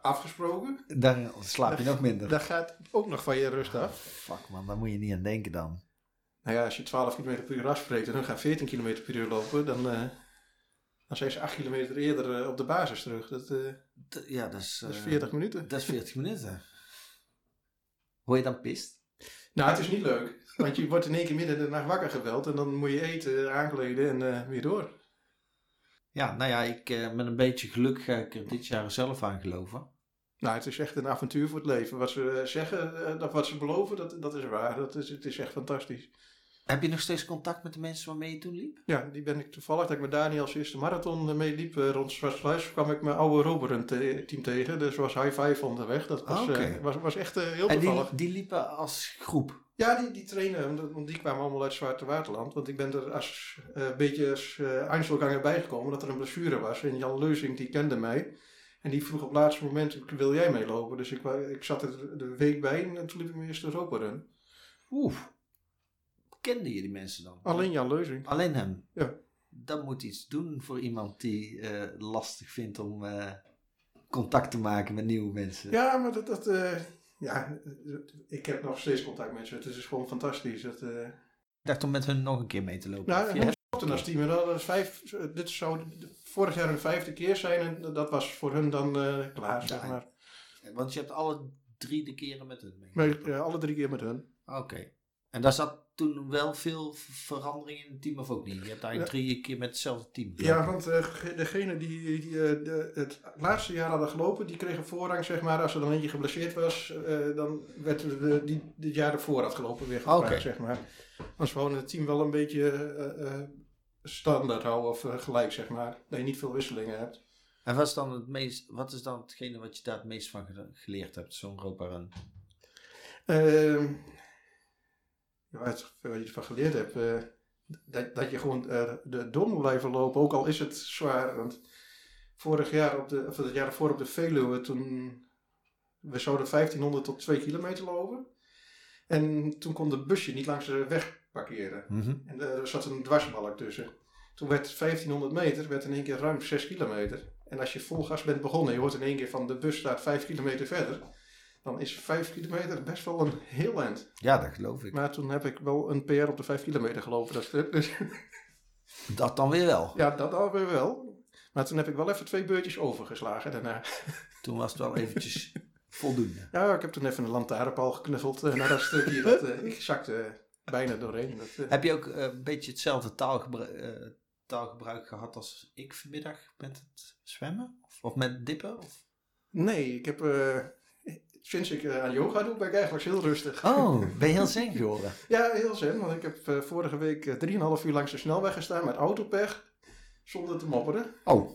Speaker 3: afgesproken,
Speaker 2: Dan slaap je nog minder. Ah,
Speaker 3: dan gaat ook nog van je rust af.
Speaker 2: Fuck man, daar moet je niet aan denken dan.
Speaker 3: Nou ja, als je 12 km per uur afspreekt en hun gaan 14 km per uur lopen, dan, eh, dan zijn ze 8 kilometer eerder eh, op de basis terug. Dat, eh,
Speaker 2: D- ja, dat is,
Speaker 3: dat is
Speaker 2: eh,
Speaker 3: 40 minuten.
Speaker 2: Dat is 40 minuten. Word je dan pist?
Speaker 3: Nou, het is niet leuk. Want je wordt in één keer midden in de nacht wakker geweld en dan moet je eten, aankleden en eh, weer door.
Speaker 2: Ja, nou ja, ik, eh, met een beetje geluk ga ik er dit jaar zelf aan geloven.
Speaker 3: Nou, het is echt een avontuur voor het leven. Wat ze eh, zeggen, eh, dat wat ze beloven, dat, dat is waar. Dat is, het is echt fantastisch.
Speaker 2: Heb je nog steeds contact met de mensen waarmee je toen liep?
Speaker 3: Ja, die ben ik toevallig, dat ik met Daniel als eerste marathon eh, meeliep eh, rond Zwartsluis, kwam ik mijn oude Roberen te- team tegen. Dus was high five onderweg. Dat was,
Speaker 2: Oké.
Speaker 3: eh, was, was echt eh, heel
Speaker 2: En
Speaker 3: toevallig.
Speaker 2: die, die liepen als groep.
Speaker 3: Ja, die, die trainen, want- want die kwamen allemaal uit Zwarte Waterland. Want ik ben er als eh, een beetje als uh, Einzelganger bijgekomen dat er een blessure was. En Jan Leuzing die kende mij. En die vroeg op het laatste moment, wil jij meelopen? Dus ik, wa- ik zat er de week bij en toen liep ik mijn eerste Europa Run.
Speaker 2: Oeh. Kenden je die mensen dan?
Speaker 3: Alleen Jan Leuzing.
Speaker 2: Alleen hem?
Speaker 3: Ja.
Speaker 2: Dat moet iets doen voor iemand die eh, lastig vindt om eh, contact te maken met nieuwe mensen.
Speaker 3: Ja, maar dat... dat eh, ja, ik heb nog steeds contact met ze. Het is gewoon fantastisch. Dat, eh,
Speaker 2: Ik dacht om met hun nog een keer mee te lopen.
Speaker 3: Nou,
Speaker 2: Of
Speaker 3: en
Speaker 2: je
Speaker 3: hoe stopt het als team? En dat was vijf, dit zou vorig jaar hun vijfde keer zijn en dat was voor hun dan eh, klaar, zeg maar.
Speaker 2: hebt- want je hebt alle drie de keren met hun mee.
Speaker 3: Maar, eh, alle drie keer met hun.
Speaker 2: Oké. En daar zat toen wel veel v- verandering in het team of ook niet? Je hebt eigenlijk drie keer met hetzelfde team.
Speaker 3: Ja, want eh, ge- degene die, die eh, de- het laatste jaar hadden gelopen, die kregen voorrang, zeg maar. Als er dan eentje geblesseerd was, eh, dan werd er de, die het jaar ervoor had gelopen weer gevraagd,
Speaker 2: Oké.
Speaker 3: zeg maar. Anders gewoon het team wel een beetje eh, eh, standaard houden of eh, gelijk, zeg maar. Dat je niet veel wisselingen hebt.
Speaker 2: En wat is dan, het meest, wat is dan hetgene wat je daar het meest van ge- geleerd hebt, zo'n Europa Run?
Speaker 3: Ehm ja, het, wat je ervan geleerd hebt, eh, dat, dat je gewoon eh, de door moet blijven lopen, ook al is het zwaar. Want vorig jaar, op de, of het jaar ervoor op de Veluwe, toen we zouden 1500 tot 2 kilometer lopen. En toen kon de busje niet langs de weg parkeren.
Speaker 2: Mhm.
Speaker 3: En er zat een dwarsbalk tussen. Toen werd 1500 meter werd in één keer ruim 6 kilometer. En als je vol gas bent begonnen, je hoort in één keer van de bus staat 5 kilometer verder. Dan is 5 kilometer best wel een heel eind.
Speaker 2: Ja, dat geloof ik.
Speaker 3: Maar toen heb ik wel een PR op de 5 kilometer gelopen, dat stuk. Dus
Speaker 2: Dat dan weer wel.
Speaker 3: ja, dat alweer wel. Maar toen heb ik wel even twee beurtjes overgeslagen daarna.
Speaker 2: Toen was het wel eventjes voldoende.
Speaker 3: Ja, ik heb toen even een lantaarnpaal geknuffeld eh, naar dat stukje. Dat, eh, ik zakte eh, bijna doorheen. Dat, eh,
Speaker 2: Heb je ook eh, een beetje hetzelfde taalgebruik, eh, taalgebruik gehad als ik vanmiddag met het zwemmen? Of, of met dippen? Of?
Speaker 3: Nee, ik heb... eh, sinds ik eh, aan yoga doe, ben ik eigenlijk heel rustig.
Speaker 2: Oh, ben je heel zen geworden?
Speaker 3: Ja, heel zen, want ik heb eh, vorige week eh, 3,5 uur langs de snelweg gestaan met autopech, zonder te mopperen.
Speaker 2: Oh.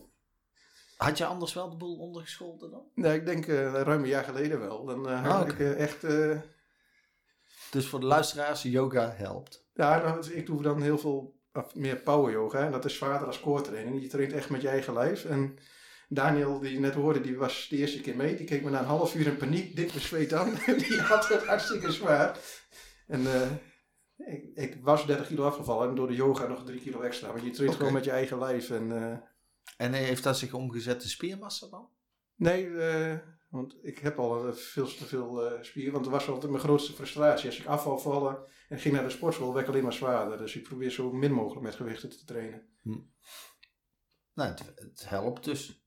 Speaker 2: Had je anders wel de boel ondergescholden dan?
Speaker 3: Nee, ik denk eh, ruim een jaar geleden wel. Dan eh,
Speaker 2: Ah,
Speaker 3: had
Speaker 2: oké.
Speaker 3: ik eh, echt... eh,
Speaker 2: Dus voor de luisteraars, yoga helpt.
Speaker 3: ja, nou, ik doe dan heel veel of meer power yoga en dat is zwaarder als core training. Je traint echt met je eigen lijf en Daniel, die je net hoorde, die was de eerste keer mee. Die keek me na een half uur in paniek, dik bezweet aan. die had het hartstikke zwaar. En eh, ik, ik was 30 kilo afgevallen en door de yoga nog 3 kilo extra. Want je traint
Speaker 2: Oké.
Speaker 3: gewoon met je eigen lijf. En, eh,
Speaker 2: En heeft dat zich omgezet in spiermassa dan?
Speaker 3: Nee, eh, want ik heb al eh, veel te veel eh spier. Want dat was altijd mijn grootste frustratie. Als ik af wou vallen en ging naar de sportschool, werd ik alleen maar zwaarder. Dus ik probeer zo min mogelijk met gewichten te trainen.
Speaker 2: Nou, het, het helpt dus.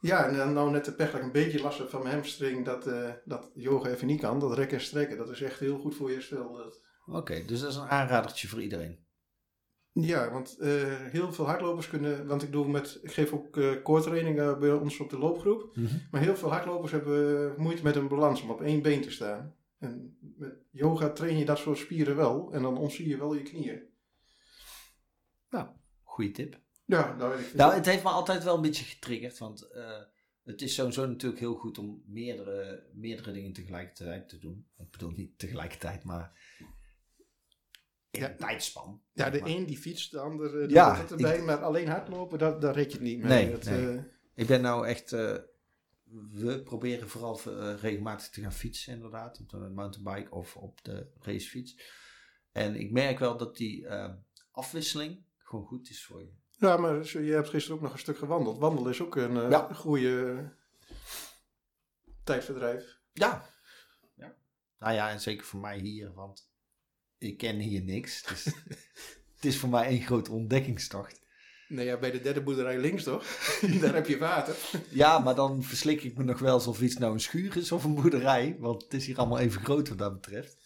Speaker 3: Ja, en dan nou net de pech dat ik een beetje last heb van mijn hamstring. Dat, eh, dat yoga even niet kan. Dat rekken en strekken. Dat is echt heel goed voor je herstel. Dat-
Speaker 2: Oké, dus dat is een aanradertje voor iedereen.
Speaker 3: Ja, want eh, heel veel hardlopers kunnen. Want ik, doe met, ik geef ook eh core trainingen bij ons op de loopgroep.
Speaker 2: Mhm.
Speaker 3: Maar heel veel hardlopers hebben eh, moeite met hun balans om op één been te staan. En met yoga train je dat soort spieren wel. En dan ontzie je wel je knieën.
Speaker 2: Goeie tip.
Speaker 3: Ja, nou, ik vind
Speaker 2: Nou, het heeft me altijd wel een beetje getriggerd, want eh, het is sowieso natuurlijk heel goed om meerdere, meerdere dingen tegelijkertijd te doen. Ik bedoel niet tegelijkertijd, maar in
Speaker 3: Ja.
Speaker 2: een tijdspan.
Speaker 3: ja, de
Speaker 2: Maar
Speaker 3: een die fietst, de ander eh, die
Speaker 2: Ja,
Speaker 3: ja, het erbij. Maar alleen hardlopen, dat, daar red je het niet mee.
Speaker 2: Nee,
Speaker 3: dat,
Speaker 2: nee.
Speaker 3: eh,
Speaker 2: Ik ben nou echt, eh, we proberen vooral eh, regelmatig te gaan fietsen inderdaad, op de mountainbike of op de racefiets. En ik merk wel dat die eh, afwisseling gewoon goed is voor je.
Speaker 3: ja, maar zo- je hebt gisteren ook nog een stuk gewandeld. Wandelen is ook een eh,
Speaker 2: Ja.
Speaker 3: goede eh, tijdverdrijf.
Speaker 2: Ja. ja. Nou ja, en zeker voor mij hier, want ik ken hier niks. Dus het is voor mij een grote ontdekkingstocht.
Speaker 3: Nee, ja, bij de derde boerderij links toch? daar heb je water.
Speaker 2: Ja, maar dan verslik ik me nog wel alsof iets nou een schuur is of een boerderij. Want het is hier allemaal even groot wat dat betreft.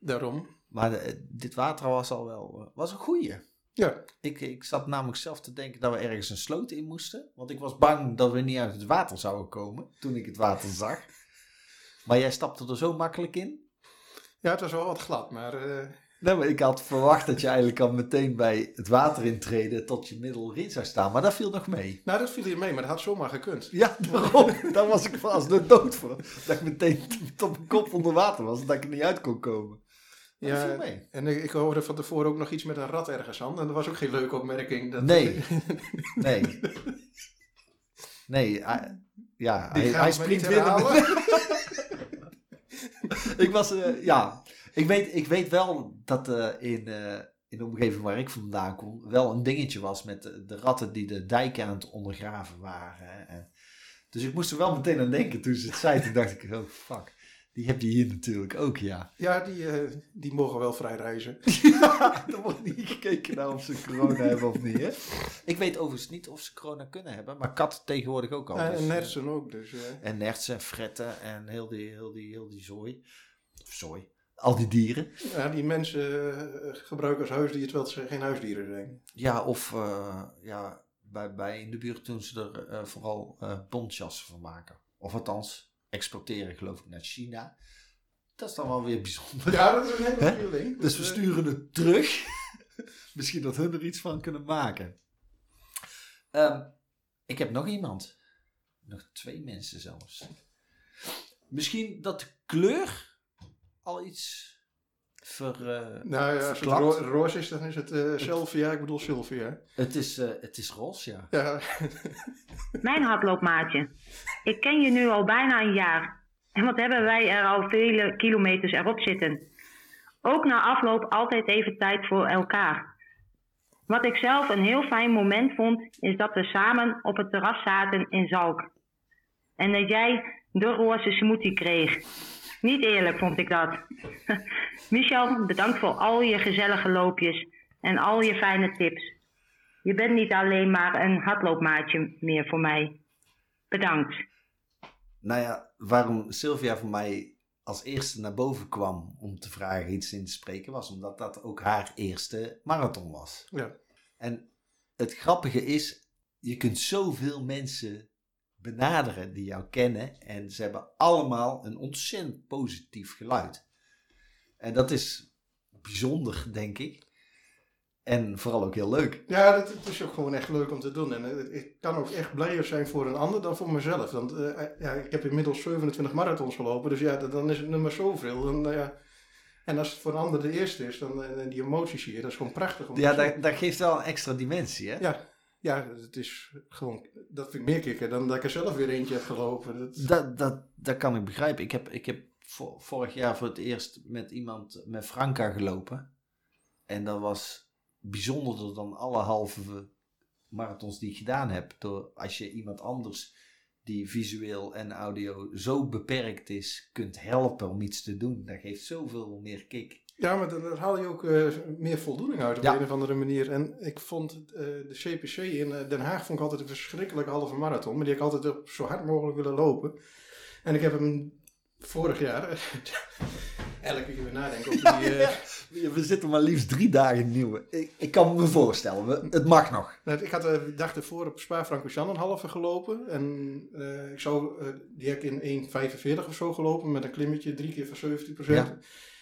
Speaker 3: Daarom.
Speaker 2: Maar eh, dit water was al wel, eh, was een goeie.
Speaker 3: Ja,
Speaker 2: Ik, ik zat namelijk zelf te denken dat we ergens een sloot in moesten. Want ik was bang dat we niet uit het water zouden komen toen ik het water zag. Maar jij stapte er zo makkelijk in.
Speaker 3: ja het was wel wat glad, maar... eh,
Speaker 2: Nee, maar ik had verwacht dat je eigenlijk al meteen bij het water intreden tot je middel erin zou staan. Maar dat viel nog mee.
Speaker 3: nou, dat viel hier mee, maar dat had zomaar gekund.
Speaker 2: Ja, daarom. Daar was ik vast de dood voor. Dat ik meteen tot mijn kop onder water was en dat ik er niet uit kon komen. Maar dat viel mee.
Speaker 3: en ik, ik hoorde van tevoren ook nog iets met een rat ergens aan. En dat was ook geen leuke opmerking. Dat,
Speaker 2: Nee. Nee. Nee, hij- ja,
Speaker 3: Die
Speaker 2: hij,
Speaker 3: gaan
Speaker 2: hij
Speaker 3: we niet
Speaker 2: springt weer. in de-
Speaker 3: herhalen.
Speaker 2: Ik was, eh, ja, ik weet, ik weet wel dat eh, in, eh, in de omgeving waar ik vandaan kom, wel een dingetje was met de, de ratten die de dijken aan het ondergraven waren. hè. En, dus ik moest er wel meteen aan denken toen ze het zei. Toen dacht ik, oh fuck, die heb je hier natuurlijk ook, ja.
Speaker 3: Ja, die, eh, die mogen wel vrij reizen.
Speaker 2: Er wordt niet gekeken naar of ze corona hebben of niet, hè. Ik weet overigens niet of ze corona kunnen hebben, maar katten tegenwoordig ook al.
Speaker 3: Ja,
Speaker 2: dus,
Speaker 3: en
Speaker 2: eh,
Speaker 3: Nertsen ook. Oh, Dus, eh.
Speaker 2: En nertsen en fretten en heel die, heel die, heel die zooi. Of zooi. Al die dieren.
Speaker 3: ja, die mensen eh, gebruiken als huisdier terwijl ze geen huisdieren zijn.
Speaker 2: Ja, of eh, ja, bij, bij in de buurt doen ze er eh, vooral eh bontjassen van maken. Of althans, exporteren geloof ik naar China. Dat is dan wel weer bijzonder.
Speaker 3: Ja, dat is een hele
Speaker 2: Hè?
Speaker 3: goede link.
Speaker 2: Dus we
Speaker 3: eh,
Speaker 2: sturen het terug. Misschien dat hun er iets van kunnen maken. Ehm, ik heb nog iemand. Nog twee mensen zelfs. Misschien dat de kleur al iets ver... eh,
Speaker 3: Nou ja, als het
Speaker 2: verklapt.
Speaker 3: ro- roos is, dan is het eh Sylvia. Ik bedoel Sylvia.
Speaker 2: het, is, eh, het is roze, ja.
Speaker 3: Ja,
Speaker 7: Mijn hardloopmaatje. Ik ken je nu al bijna een jaar. En wat hebben wij er al vele kilometers erop zitten. Ook na afloop altijd even tijd voor elkaar. Wat ik zelf een heel fijn moment vond, is dat we samen op het terras zaten in Zalk. En dat jij de roze smoothie kreeg. Niet eerlijk vond ik dat. Michel, bedankt voor al je gezellige loopjes en al je fijne tips. Je bent niet alleen maar een hardloopmaatje meer voor mij. Bedankt.
Speaker 2: Nou ja, waarom Sylvia voor mij als eerste naar boven kwam om te vragen iets in te spreken, was omdat dat ook haar eerste marathon was.
Speaker 3: Ja.
Speaker 2: En het grappige is, je kunt zoveel mensen benaderen die jou kennen en ze hebben allemaal een ontzettend positief geluid. En dat is bijzonder, denk ik. En vooral ook heel leuk.
Speaker 3: ja dat, het is ook gewoon echt leuk om te doen. En eh, ik kan ook echt blijer zijn voor een ander dan voor mezelf. Want eh, ja, ik heb inmiddels 27 marathons gelopen. Dus ja, dan- dan is het nummer zoveel. Dan, eh, ja. En als het voor een ander de eerste is, dan eh, die emoties hier, dat is gewoon prachtig. om
Speaker 2: Ja,
Speaker 3: te zien.
Speaker 2: dat, dat geeft wel een extra dimensie, hè?
Speaker 3: Ja, Ja, het is gewoon, dat vind ik meer kicken dan dat ik er zelf weer eentje heb gelopen. Dat,
Speaker 2: Dat, dat, dat kan ik begrijpen. Ik heb, ik heb vo- vorig jaar voor het eerst met iemand, met Franca gelopen. En dat was bijzonderder dan alle halve marathons die ik gedaan heb. Door, als je iemand anders die visueel en audio zo beperkt is, kunt helpen om iets te doen. Dat geeft zoveel meer kick.
Speaker 3: Ja, maar dan, dan haal je ook eh, meer voldoening uit op
Speaker 2: Ja.
Speaker 3: een of andere manier. En ik vond eh, de CPC in eh, Den Haag vond ik altijd een verschrikkelijke halve marathon. Maar die heb ik altijd op zo hard mogelijk willen lopen. En ik heb hem vorig jaar... Elke keer weer nadenken over die... eh,
Speaker 2: We zitten maar liefst drie dagen nieuw. Ik, ik kan me voorstellen, we- het mag nog.
Speaker 3: Nou, ik had de dag ervoor op Spa-Francorchamps een halve gelopen. En eh, ik zou, eh, die heb ik in 1,45 of zo gelopen met een klimmetje, drie keer van 17
Speaker 2: Ja.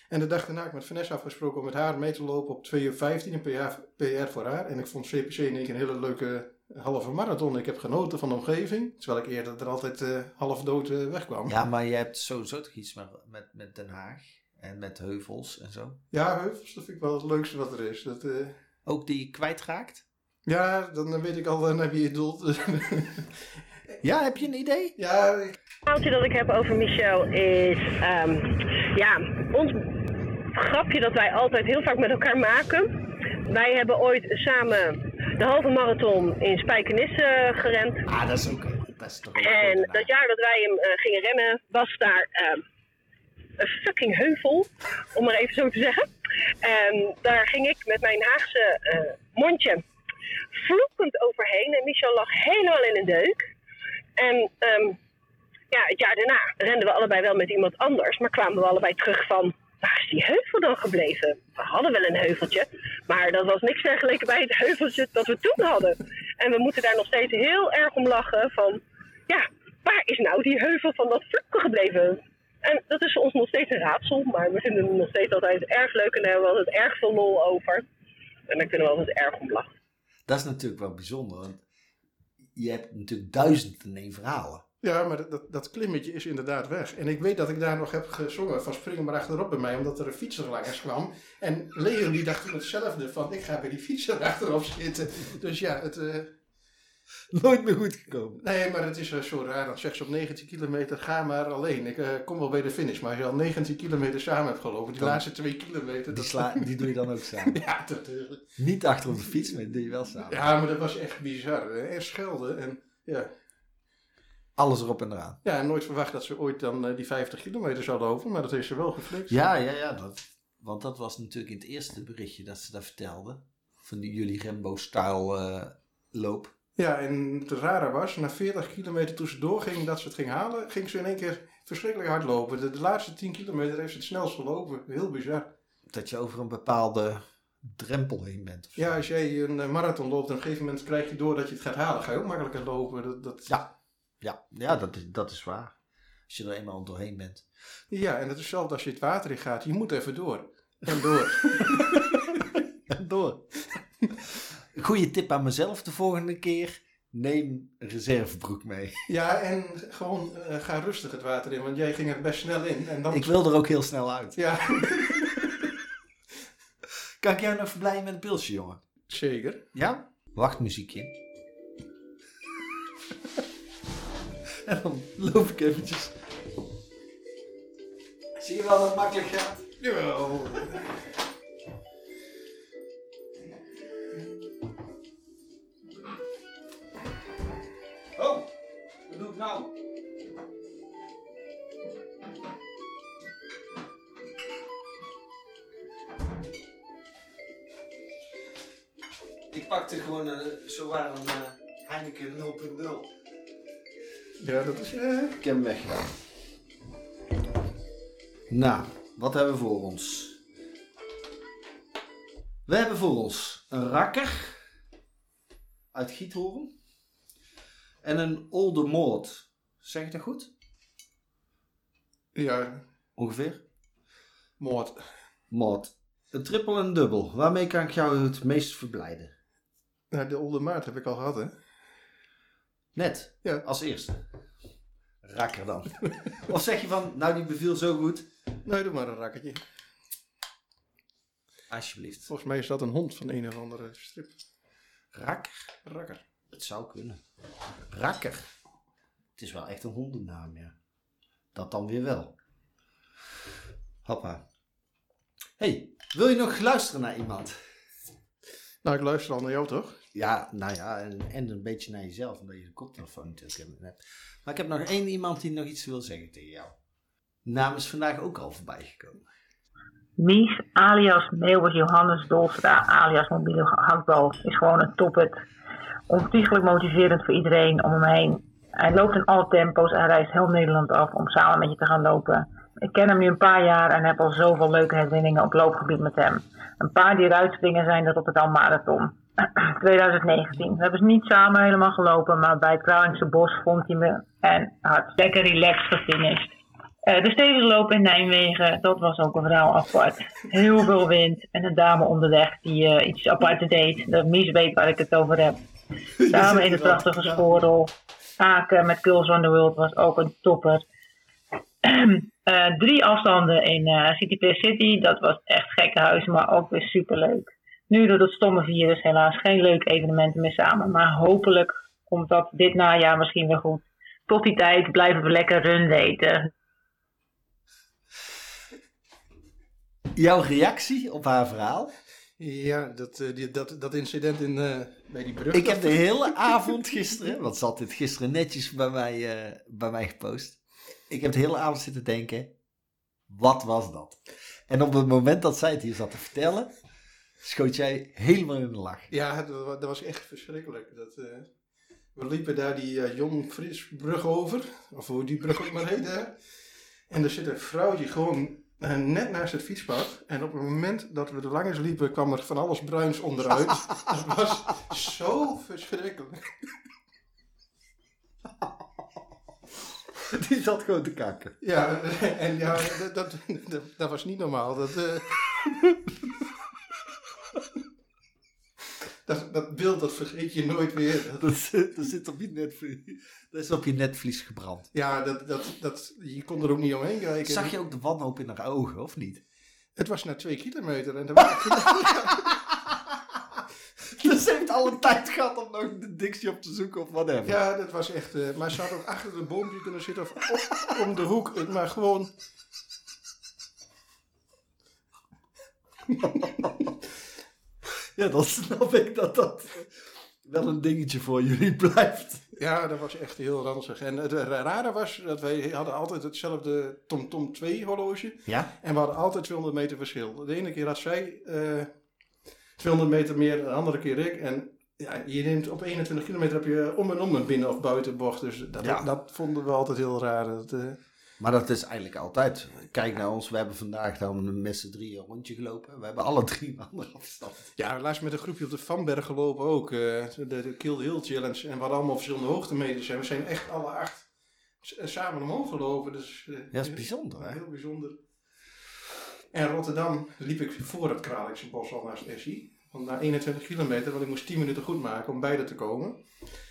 Speaker 3: En de dag daarna heb ik met Vanessa afgesproken om met haar mee te lopen op 2 uur 15, een PR, PR voor haar. En ik vond CPC in één keer een hele leuke eh, halve marathon. Ik heb genoten van de omgeving, terwijl ik eerder er altijd eh, half dood eh, wegkwam.
Speaker 2: Ja, maar je hebt sowieso toch iets met, met, met Den Haag en met heuvels en zo.
Speaker 3: Ja, heuvels, dat vind ik wel het leukste wat er is. Dat, eh,
Speaker 2: Ook die je kwijtraakt?
Speaker 3: ja, dan eh, weet ik al naar wie je doelt.
Speaker 2: Ja, heb je een idee?
Speaker 3: ja, ik-
Speaker 4: verhaaltje dat ik heb over Michel is, ehm, ja, ons grapje dat wij altijd heel vaak met elkaar maken. Wij hebben ooit samen de halve marathon in Spijkenisse gerend.
Speaker 2: Ah, dat is ook. Dat is toch ook
Speaker 4: En
Speaker 2: goed,
Speaker 4: dat jaar dat wij hem eh, gingen rennen, was daar ehm, een fucking heuvel, om maar even zo te zeggen. En daar ging ik met mijn Haagse eh, mondje vloekend overheen. En Michel lag helemaal in een deuk. En ehm, ja, het jaar daarna renden we allebei wel met iemand anders, maar kwamen we allebei terug van. Waar is die heuvel dan gebleven? We hadden wel een heuveltje, maar dat was niks vergeleken bij het heuveltje dat we toen hadden. En we moeten daar nog steeds heel erg om lachen van, ja, waar is nou die heuvel van dat vloeken gebleven? En dat is voor ons nog steeds een raadsel, maar we vinden hem nog steeds altijd erg leuk en daar hebben we altijd erg veel lol over. En daar kunnen we altijd erg om lachen.
Speaker 2: Dat is natuurlijk wel bijzonder. Want je hebt natuurlijk duizend en één verhalen.
Speaker 3: Ja, maar dat- dat, dat klimmetje is inderdaad weg. En ik weet dat ik daar nog heb gezongen van spring maar achterop bij mij, omdat er een fietser langs kwam. En Leon die dacht toen hetzelfde van ik ga bij die fietser achterop zitten. Dus ja, het, eh,
Speaker 2: Nooit meer goed gekomen.
Speaker 3: nee, maar het is eh, zo raar. Dan zegt ze op 19 kilometer ga maar alleen. Ik eh, kom wel bij de finish, maar als je al 19 kilometer samen hebt gelopen, die
Speaker 2: Dan-
Speaker 3: laatste twee kilometer.
Speaker 2: Die,
Speaker 3: dat-
Speaker 2: sla, die doe je dan ook samen.
Speaker 3: ja, dat, eh,
Speaker 2: Niet achter op de fiets, maar die doe je wel samen.
Speaker 3: ja, maar dat was echt bizar. hè. En schelden en ja.
Speaker 2: Alles erop en eraan.
Speaker 3: Ja, en nooit verwacht dat ze ooit dan eh, die 50 kilometer zouden over, maar dat heeft ze wel geflikt.
Speaker 2: Ja, ja, ja. Dat, want dat was natuurlijk in het eerste berichtje dat ze dat vertelde. Van die, jullie Rembo-style eh, loop.
Speaker 3: Ja, en het rare was, na 40 kilometer toen ze doorging dat ze het ging halen, ging ze in één keer verschrikkelijk hard lopen. De, de laatste 10 kilometer heeft ze het snelst gelopen. Heel bizar.
Speaker 2: Dat je over een bepaalde drempel heen bent. Of zo.
Speaker 3: Ja, als jij een eh, marathon loopt, op een gegeven moment krijg je door dat je het gaat halen. Ga je ook makkelijker lopen. Dat, dat...
Speaker 2: Ja, ja, ja dat, is, dat is waar. Als je er eenmaal doorheen bent.
Speaker 3: Ja, en dat is hetzelfde als je het water in gaat. Je moet even door. En door.
Speaker 2: Door. Goeie tip aan mezelf de volgende keer. Neem een reservebroek mee.
Speaker 3: ja, en gewoon eh, ga rustig het water in, want jij ging er best snel in. En dan...
Speaker 2: Ik wil er ook heel snel uit.
Speaker 3: Ja,
Speaker 2: Kan ik jou nog verblijden met een pilsje, jongen?
Speaker 3: zeker.
Speaker 2: Ja? Wacht, muziekje. En dan loop ik eventjes. Zie je wel dat het makkelijk gaat?
Speaker 3: Jawel.
Speaker 2: Oh, wat doe ik nou? Ik pakte gewoon eh zowaar een eh, Heineken 0.0.
Speaker 3: Ja, dat is... eh,
Speaker 2: Ik heb hem weggedaan. Nou, wat hebben we voor ons? We hebben voor ons een rakker uit Giethoorn en een Olde Moord. Zeg ik dat goed?
Speaker 3: Ja,
Speaker 2: Ongeveer?
Speaker 3: moord.
Speaker 2: Maat, een triple en een dubbel. Waarmee kan ik jou het meest verblijden?
Speaker 3: Nou, de Olde Maart heb ik al gehad, hè?
Speaker 2: Net,
Speaker 3: Ja.
Speaker 2: als eerste. Rakker dan. of zeg je van, nou die beviel zo goed.
Speaker 3: Nee, Nou, doe maar een rakketje.
Speaker 2: Alsjeblieft.
Speaker 3: Volgens mij is dat een hond van een of andere strip.
Speaker 2: Rakker?
Speaker 3: Rakker.
Speaker 2: Het zou kunnen. Rakker. Het is wel echt een hondennaam, ja. Dat dan weer wel. Hoppa. hey, wil je nog luisteren naar iemand?
Speaker 3: Nou, ik luister al naar jou toch?
Speaker 2: Ja, nou ja, en, en een beetje naar jezelf, omdat je de koptelefoon natuurlijk in hebt. Maar ik heb nog één iemand die nog iets wil zeggen tegen jou. Naam is vandaag ook al voorbij gekomen.
Speaker 8: Mies alias Meeuwis Johannes Dolfra alias mobiele hakbal is gewoon een toppet. Ontiegelijk motiverend voor iedereen om hem heen. Hij loopt in alle tempo's en reist heel Nederland af om samen met je te gaan lopen. Ik ken hem nu een paar jaar en heb al zoveel leuke herinneringen op loopgebied met hem. Een paar die eruit springen zijn de Rotterdam Marathon. 2019. We hebben ze niet samen helemaal gelopen, maar bij het Kralingse Bos vond hij me en had lekker relaxed gefinished. Eh, de stedenloop in Nijmegen, dat was ook een verhaal apart. Heel veel wind en een dame onderweg die eh, iets apart deed. De mies weet waar ik het over heb. Dame in de prachtige schorel. Aken met Girls on the World was ook een topper. Eh, drie afstanden in eh, City Place City, dat was echt gekkenhuis, maar ook weer superleuk. Nu door dat stomme virus helaas geen leuk evenementen meer samen. Maar hopelijk komt dat dit najaar misschien weer goed. Tot die tijd blijven we lekker run eten.
Speaker 2: Jouw reactie op haar verhaal?
Speaker 3: Ja, dat, eh, die, dat, dat incident in, eh, bij die brug.
Speaker 2: Ik heb de hele avond gisteren, want ze had dit gisteren netjes bij mij, eh, bij mij gepost. Ik heb de hele avond zitten denken, wat was dat? En op het moment dat zij het hier zat te vertellen, schoot jij helemaal in de lach.
Speaker 3: Ja, het wa- dat was echt verschrikkelijk. Dat, eh, we liepen daar die eh, Jong Frisbrug over, of hoe die brug ook maar heet daar. En er zit een vrouwtje gewoon eh, net naast het fietspad. En op het moment dat we er langs liepen, kwam er van alles bruins onderuit. dat was zo verschrikkelijk.
Speaker 2: Die zat gewoon te kakken.
Speaker 3: Ja, en ja, dat, dat, dat, dat was niet normaal. Dat, eh, dat, dat beeld, dat vergeet je nooit meer. Dat-
Speaker 2: Dat, zit- dat zit op je netvlies. Dat is op je netvlies gebrand.
Speaker 3: Ja, dat, dat, dat, je kon er ook niet omheen kijken.
Speaker 2: Zag je ook de wanhoop in haar ogen, of niet?
Speaker 3: Het was na twee kilometer en dan was
Speaker 2: Dus ze heeft al een tijd gehad om nog de dictie op te zoeken of whatever.
Speaker 3: Ja, dat was echt... eh, maar ze had ook achter de boompje kunnen zitten of op- om de hoek. Het- Maar gewoon...
Speaker 2: Ja, dan snap ik dat dat wel een dingetje voor jullie blijft.
Speaker 3: Ja, dat was echt heel ranzig. En het rare was dat wij hadden altijd hetzelfde TomTom 2 horloge.
Speaker 2: Ja?
Speaker 3: En we hadden altijd 200 meter verschil. De ene keer had zij eh, 200 meter meer, de andere keer ik. En ja, je neemt op 21 kilometer heb je om en om een binnen- of buitenbocht. Dus dat,
Speaker 2: Ja.
Speaker 3: dat vonden we altijd heel raar. Dat, eh,
Speaker 2: Maar dat is eigenlijk altijd. Kijk naar ons, we hebben vandaag dan met z'n drieën een rondje gelopen. We hebben alle drie een andere afstand.
Speaker 3: Ja, laatst met een groepje op de Vanberg gelopen ook. eh, de, de Kill the Hill Challenge. En we hadden allemaal verschillende hoogtemeters. En we zijn echt alle acht s- eh, samen omhoog gelopen. Dus, eh,
Speaker 2: Ja, dat is bijzonder, hè?
Speaker 3: Heel bijzonder. En Rotterdam liep ik voor het Kralingse bos al naast Essie. Want na 21 kilometer, want ik moest 10 minuten goed maken om bij haar te komen.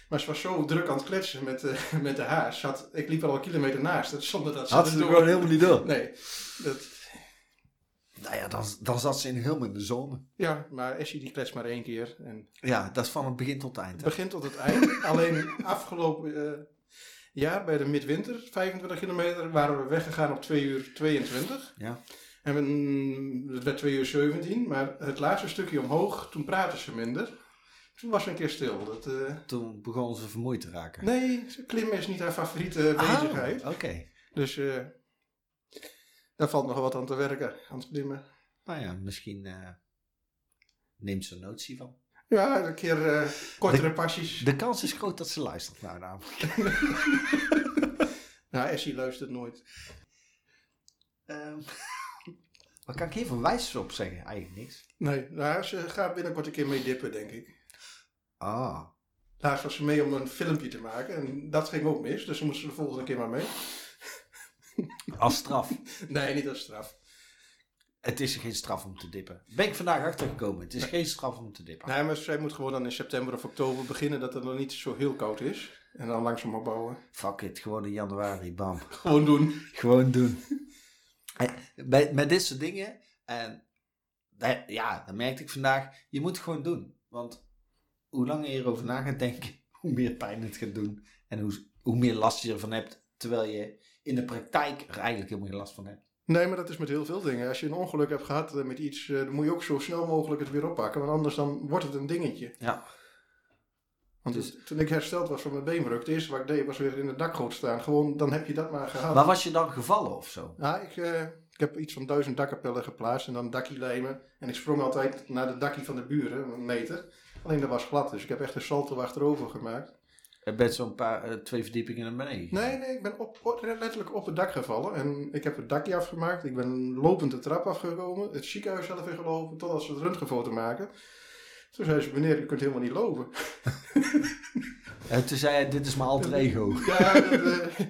Speaker 3: Maar ze was zo druk aan het kletsen met, eh, met de haas. Ze had- ik liep er al een kilometer naast. Dat, zonder dat ze
Speaker 2: Had ze
Speaker 3: er
Speaker 2: er
Speaker 3: door-
Speaker 2: gewoon helemaal niet door.
Speaker 3: Nee, dat,
Speaker 2: Nou ja, dan, dan zat ze in helemaal in de zone.
Speaker 3: ja, maar Essie die kletst maar één keer. En
Speaker 2: Ja, dat is van het begin tot het eind.
Speaker 3: Het
Speaker 2: hè?
Speaker 3: begint tot het eind. Alleen afgelopen eh, jaar bij de midwinter, 25 kilometer, waren we weggegaan op 2 uur 22.
Speaker 2: Ja.
Speaker 3: En we, mm, het werd 2 uur 17, maar het laatste stukje omhoog, toen praten ze minder. Toen was ze een keer stil. Dat, eh,
Speaker 2: Toen begon ze vermoeid te raken.
Speaker 3: nee, klimmen is niet haar favoriete eh, bezigheid.
Speaker 2: Ah, Oké.
Speaker 3: Dus eh, daar valt nog wat aan te werken, aan het klimmen.
Speaker 2: Nou ja, misschien eh, neemt ze notie van.
Speaker 3: Ja, een keer eh, kortere passies.
Speaker 2: De kans is groot dat ze luistert nou namelijk.
Speaker 3: Nou, Essie luistert nooit.
Speaker 2: Ehm, wat kan ik hier van wijs op zeggen? Eigenlijk niks.
Speaker 3: Nee, nou, ze gaat binnenkort een keer mee dippen, denk ik.
Speaker 2: Ah,
Speaker 3: Laatst was ze mee om een filmpje te maken en dat ging ook mis, dus ze moesten de volgende keer maar mee.
Speaker 2: als straf.
Speaker 3: Nee, niet als straf.
Speaker 2: Het is geen straf om te dippen. Ben ik vandaag achtergekomen. Het is geen straf om te dippen.
Speaker 3: Nee, maar zij moet gewoon dan in september of oktober beginnen dat het nog niet zo heel koud is. En dan langzaam opbouwen.
Speaker 2: Fuck it, gewoon in januari, bam.
Speaker 3: Gewoon doen.
Speaker 2: Gewoon doen. Bij, met dit soort dingen, en daar- ja, dat merkte ik vandaag, je moet het gewoon doen. Want hoe langer je erover na gaat denken, hoe meer pijn het gaat doen. En hoe, hoe meer last je ervan hebt. Terwijl je in de praktijk er eigenlijk helemaal geen last van hebt.
Speaker 3: Nee, maar dat is met heel veel dingen. Als je een ongeluk hebt gehad eh, met iets, eh, dan moet je ook zo snel mogelijk het weer oppakken. Want anders dan wordt het een dingetje.
Speaker 2: Ja.
Speaker 3: Want
Speaker 2: Dus-
Speaker 3: toen ik hersteld was van mijn beenbreuk, het eerste wat ik deed was weer in de dakgoot staan. Gewoon, dan heb je dat maar gehad.
Speaker 2: Maar was je dan gevallen of zo?
Speaker 3: Ja, ik, eh, ik heb iets van duizend dakkapellen geplaatst en dan dakkie lijmen. En ik sprong altijd naar de dakkie van de buren, een meter. Alleen dat was glad, dus ik heb echt een salto achterover gemaakt.
Speaker 2: Je bent zo'n paar, eh, twee verdiepingen naar beneden. gegaan.
Speaker 3: Nee, nee, ik ben op, op- letterlijk op het dak gevallen. En ik heb het dakje afgemaakt. Ik ben lopend de trap afgekomen. Het ziekenhuis zelf ingelopen. Totdat ze het röntgenfoto maken. Toen zei ze, meneer, u kunt helemaal niet lopen.
Speaker 2: En Eh, toen zei hij, dit is mijn alter ego.
Speaker 3: Ja, dat, eh,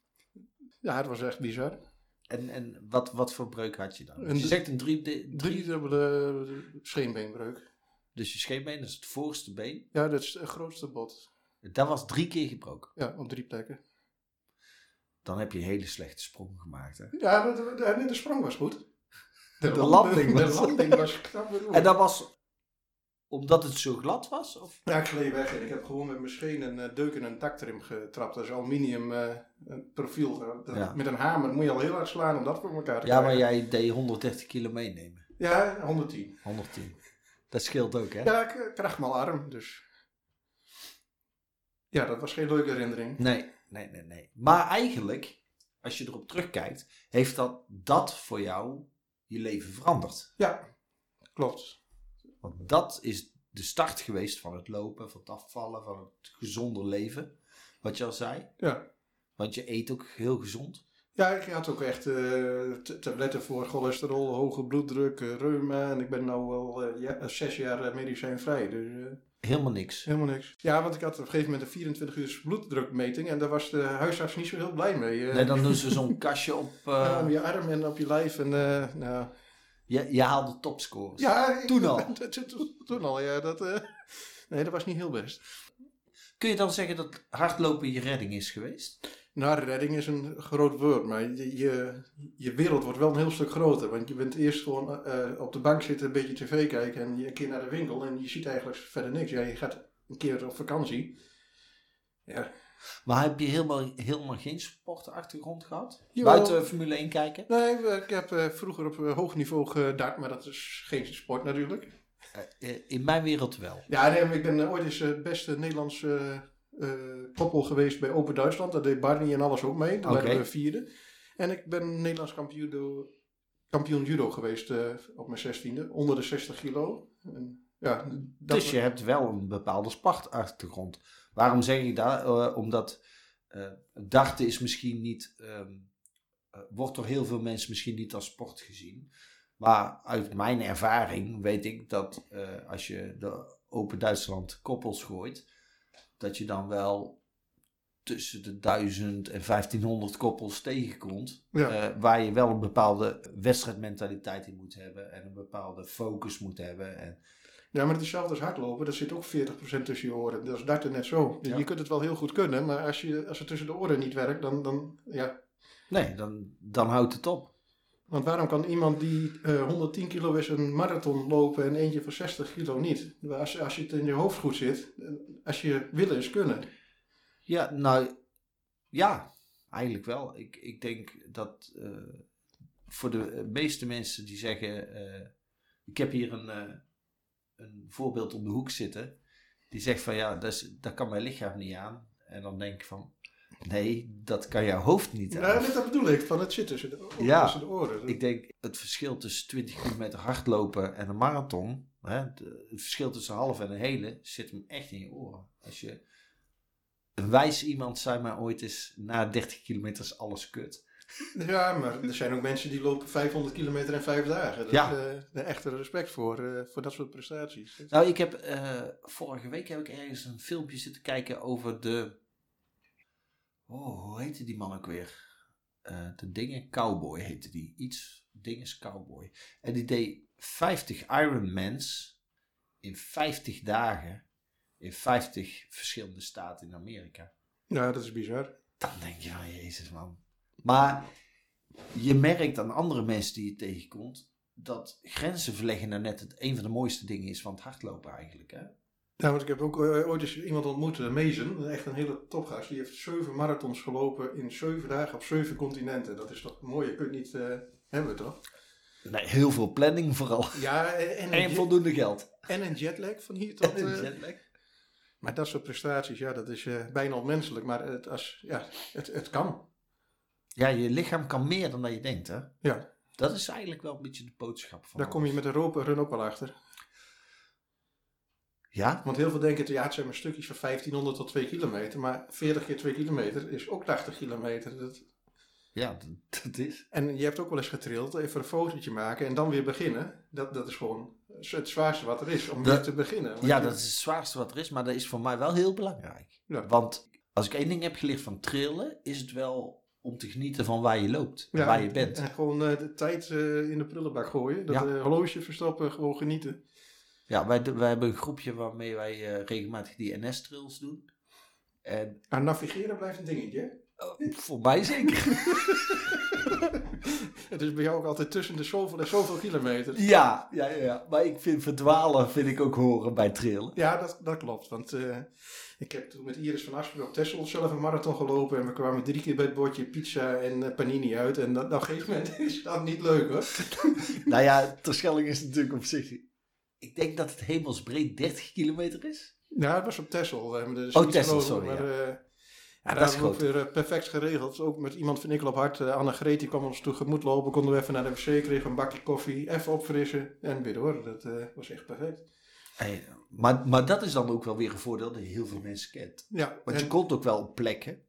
Speaker 3: ja het was echt bizar.
Speaker 2: En, en wat, wat voor breuk had je dan?
Speaker 3: Een-
Speaker 2: je zegt een drie, de-
Speaker 3: Drie dubbele scheenbeenbreuk.
Speaker 2: Dus je scheepbeen, dat is het voorste been.
Speaker 3: Ja, dat is het grootste bot.
Speaker 2: Dat was drie keer gebroken.
Speaker 3: Ja, op drie plekken.
Speaker 2: Dan heb je een hele slechte sprong gemaakt. Hè?
Speaker 3: Ja, maar de, de, nee, de sprong was goed.
Speaker 2: De landing
Speaker 3: de
Speaker 2: was-
Speaker 3: landing was knap beroerd.
Speaker 2: En dat was omdat het zo glad was? Of?
Speaker 3: Ja, ik gleed weg en ik heb gewoon met mijn scheen een eh, deuk in een daktrim getrapt. Dat is aluminium eh, een profiel. Dat- dat-
Speaker 2: Ja.
Speaker 3: Met een hamer moet je al heel hard slaan om dat voor elkaar te
Speaker 2: Ja, maar
Speaker 3: krijgen.
Speaker 2: jij deed 130 kilo meenemen.
Speaker 3: Ja, 110.
Speaker 2: 110. Dat scheelt ook, hè?
Speaker 3: Ja, ik eh, kracht mijn arm, dus... Ja, dat was geen leuke herinnering.
Speaker 2: Nee, nee, nee, nee. Maar eigenlijk, als je erop terugkijkt, heeft dat, dat voor jou je leven veranderd.
Speaker 3: Ja, klopt.
Speaker 2: Want dat is de start geweest van het lopen, van het afvallen, van het gezonder leven. Wat je al zei.
Speaker 3: Ja.
Speaker 2: Want je eet ook heel gezond.
Speaker 3: Ja, ik had ook echt eh, t- tabletten voor cholesterol, hoge bloeddruk, eh, reuma. En ik ben nu al eh, ja, eh, zes jaar eh, medicijnvrij, dus... eh,
Speaker 2: Helemaal niks.
Speaker 3: Helemaal niks. Ja, want ik had op een gegeven moment een 24 uur bloeddrukmeting en daar was de huisarts niet zo heel blij mee. eh.
Speaker 2: Nee, dan doen ze zo'n kastje op. eh,
Speaker 3: Ja, om je arm en op je lijf en eh, nou...
Speaker 2: je, je haalde topscores.
Speaker 3: Ja, ik-
Speaker 2: Toen al.
Speaker 3: Toen- toen- Toen al, ja. Dat, eh, nee, dat was niet heel best.
Speaker 2: Kun je dan zeggen dat hardlopen je redding is geweest?
Speaker 3: Nou, redding is een groot woord, maar je, je, je wereld wordt wel een heel stuk groter. Want je bent eerst gewoon eh, op de bank zitten, een beetje tv kijken en je een keer naar de winkel en je ziet eigenlijk verder niks. Ja, je gaat een keer op vakantie. Ja,
Speaker 2: Maar heb je helemaal, helemaal geen sportachtergrond gehad?
Speaker 3: Jawel.
Speaker 2: Buiten Formule 1 kijken?
Speaker 3: Nee, we- ik heb eh, vroeger op eh, hoog niveau gedart, maar dat is geen sport natuurlijk.
Speaker 2: Eh, eh, in mijn wereld wel.
Speaker 3: Ja, nee, maar ik ben eh, ooit eens eh, het beste Nederlands eh, eh, koppel geweest bij Open Duitsland. Daar deed Barney en alles ook mee. Daar
Speaker 2: Oké.
Speaker 3: werden we vierde. En ik ben Nederlands kampioen, do- kampioen judo geweest eh, op mijn zestiende, onder de 60 kilo. En, ja, dat
Speaker 2: dus je hebt wel een bepaalde sportachtergrond. Waarom zeg ik dat? Eh, omdat eh, darten is misschien niet... ehm, eh, wordt door heel veel mensen misschien niet als sport gezien. Maar uit mijn ervaring weet ik dat eh, als je de Open Duitsland koppels gooit... dat je dan wel tussen de 1000 en 1500 koppels tegenkomt...
Speaker 3: Ja.
Speaker 2: eh, waar je wel een bepaalde wedstrijdmentaliteit in moet hebben... en een bepaalde focus moet hebben... En
Speaker 3: Ja, maar het is hetzelfde als hardlopen. Daar zit ook 40% tussen je oren. Dat is darten net zo. Je kunt het wel heel goed kunnen, maar als, je, als het tussen de oren niet werkt, dan, dan ja,
Speaker 2: Nee, dan, dan houdt het op.
Speaker 3: Want waarom kan iemand die eh, 110 kilo is een marathon lopen en eentje van 60 kilo niet? Als, als je het in je hoofd goed zit, eh, als je willen is kunnen.
Speaker 2: Ja, nou, ja, eigenlijk wel. Ik, ik denk dat eh, voor de eh, meeste mensen die zeggen, eh, ik heb hier een, eh, een voorbeeld om de hoek zitten, die zegt van ja, dat, is, dat kan mijn lichaam niet aan. En dan denk ik van, nee, dat kan jouw hoofd niet aan.
Speaker 3: Nou, dat bedoel ik, van het zit tussen de,
Speaker 2: Ja.
Speaker 3: tussen de oren.
Speaker 2: Ik denk het verschil tussen 20 kilometer hardlopen en een marathon, hè, de- het verschil tussen een half en een hele, zit hem echt in je oren. Als je een wijs iemand zei mij ooit is, na 30 kilometer is alles kut.
Speaker 3: Ja, maar er zijn ook mensen die lopen 500 kilometer in vijf dagen. Dat,
Speaker 2: Ja.
Speaker 3: eh, de echte respect voor, eh, voor dat soort prestaties.
Speaker 2: Nou, ik heb eh, vorige week heb ik ergens een filmpje zitten kijken over de. Oh, hoe heette die man ook weer? Eh, de dingen Cowboy heette die. Iets dinges Cowboy. En die deed 50 Ironmans in 50 dagen in 50 verschillende staten in Amerika.
Speaker 3: Ja, dat is bizar.
Speaker 2: Dan denk je van Jezus man. Maar je merkt aan andere mensen die je tegenkomt dat grenzen verleggen nou net het, een van de mooiste dingen is van het hardlopen eigenlijk. Hè?
Speaker 3: Ja, want ik heb ook eh, ooit eens iemand ontmoet, eh, Mezen, echt een hele topgast. Die heeft zeven marathons gelopen in zeven dagen op zeven continenten. Dat is toch mooi, je kunt niet eh, hebben, toch?
Speaker 2: Nee, heel veel planning vooral.
Speaker 3: Ja, en,
Speaker 2: En voldoende geld.
Speaker 3: en een jetlag van hier tot... eh,
Speaker 2: Jetlag.
Speaker 3: maar dat soort prestaties, ja, dat is eh, bijna onmenselijk. Maar het, als, ja, het, het kan.
Speaker 2: Ja, je lichaam kan meer dan dat je denkt, hè?
Speaker 3: Ja,
Speaker 2: Dat is eigenlijk wel een beetje de boodschap van.
Speaker 3: daar kom je met de rope run ook wel achter.
Speaker 2: Ja?
Speaker 3: Want heel veel denken, ja, het zijn maar stukjes van 1500 tot 2 kilometer. Maar 40 keer 2 kilometer is ook 80 kilometer. Dat,
Speaker 2: Ja, d- dat is.
Speaker 3: en je hebt ook wel eens getrild, even een fotootje maken en dan weer beginnen. Dat, dat is gewoon het zwaarste wat er is, om
Speaker 2: Dat-
Speaker 3: weer te beginnen. Want
Speaker 2: Ja,
Speaker 3: je-
Speaker 2: dat is het zwaarste wat er is, maar dat is voor mij wel heel belangrijk.
Speaker 3: Ja.
Speaker 2: Want als ik één ding heb geleerd van trillen, is het wel om te genieten van waar je loopt, en
Speaker 3: ja,
Speaker 2: waar je bent.
Speaker 3: En gewoon eh, de tijd eh, in de prullenbak gooien. Dat
Speaker 2: Ja.
Speaker 3: eh, horloge verstoppen, gewoon genieten.
Speaker 2: Ja, wij, do- wij hebben een groepje waarmee wij eh, regelmatig die NS-trails doen. En
Speaker 3: Maar Nou, navigeren blijft een dingetje. hè?
Speaker 2: eh, voor mij zeker.
Speaker 3: Het is bij jou ook altijd tussen de zoveel en zoveel kilometer.
Speaker 2: Ja, ja, ja, ja. Maar ik vind verdwalen vind ik ook horen bij trillen.
Speaker 3: Ja, dat, dat klopt. Want eh, ik heb toen met Iris van Aspen op Texel zelf een marathon gelopen. En we kwamen drie keer bij het bordje pizza en eh, panini uit. En dat, op een gegeven moment is dat niet leuk hoor.
Speaker 2: Nou ja, Terschelling is natuurlijk op zich... Ik denk dat het hemelsbreed 30 kilometer is.
Speaker 3: Ja, Nou, het was op Texel. eh, dus
Speaker 2: Oh,
Speaker 3: niet
Speaker 2: Texel,
Speaker 3: groot,
Speaker 2: sorry,
Speaker 3: Maar,
Speaker 2: ja.
Speaker 3: eh, ja,
Speaker 2: Dat is
Speaker 3: dat is ook
Speaker 2: groot.
Speaker 3: weer eh, perfect geregeld. Ook met iemand van ik op hart. eh, Annegreet die kwam ons tegemoet lopen. Konden we even naar de wc, kregen een bakje koffie. Even opfrissen en weer door. Dat eh, was echt perfect.
Speaker 2: Hey, maar, maar dat is dan ook wel weer een voordeel dat je heel veel mensen kent.
Speaker 3: Ja,
Speaker 2: Want
Speaker 3: en-
Speaker 2: je komt ook wel op plekken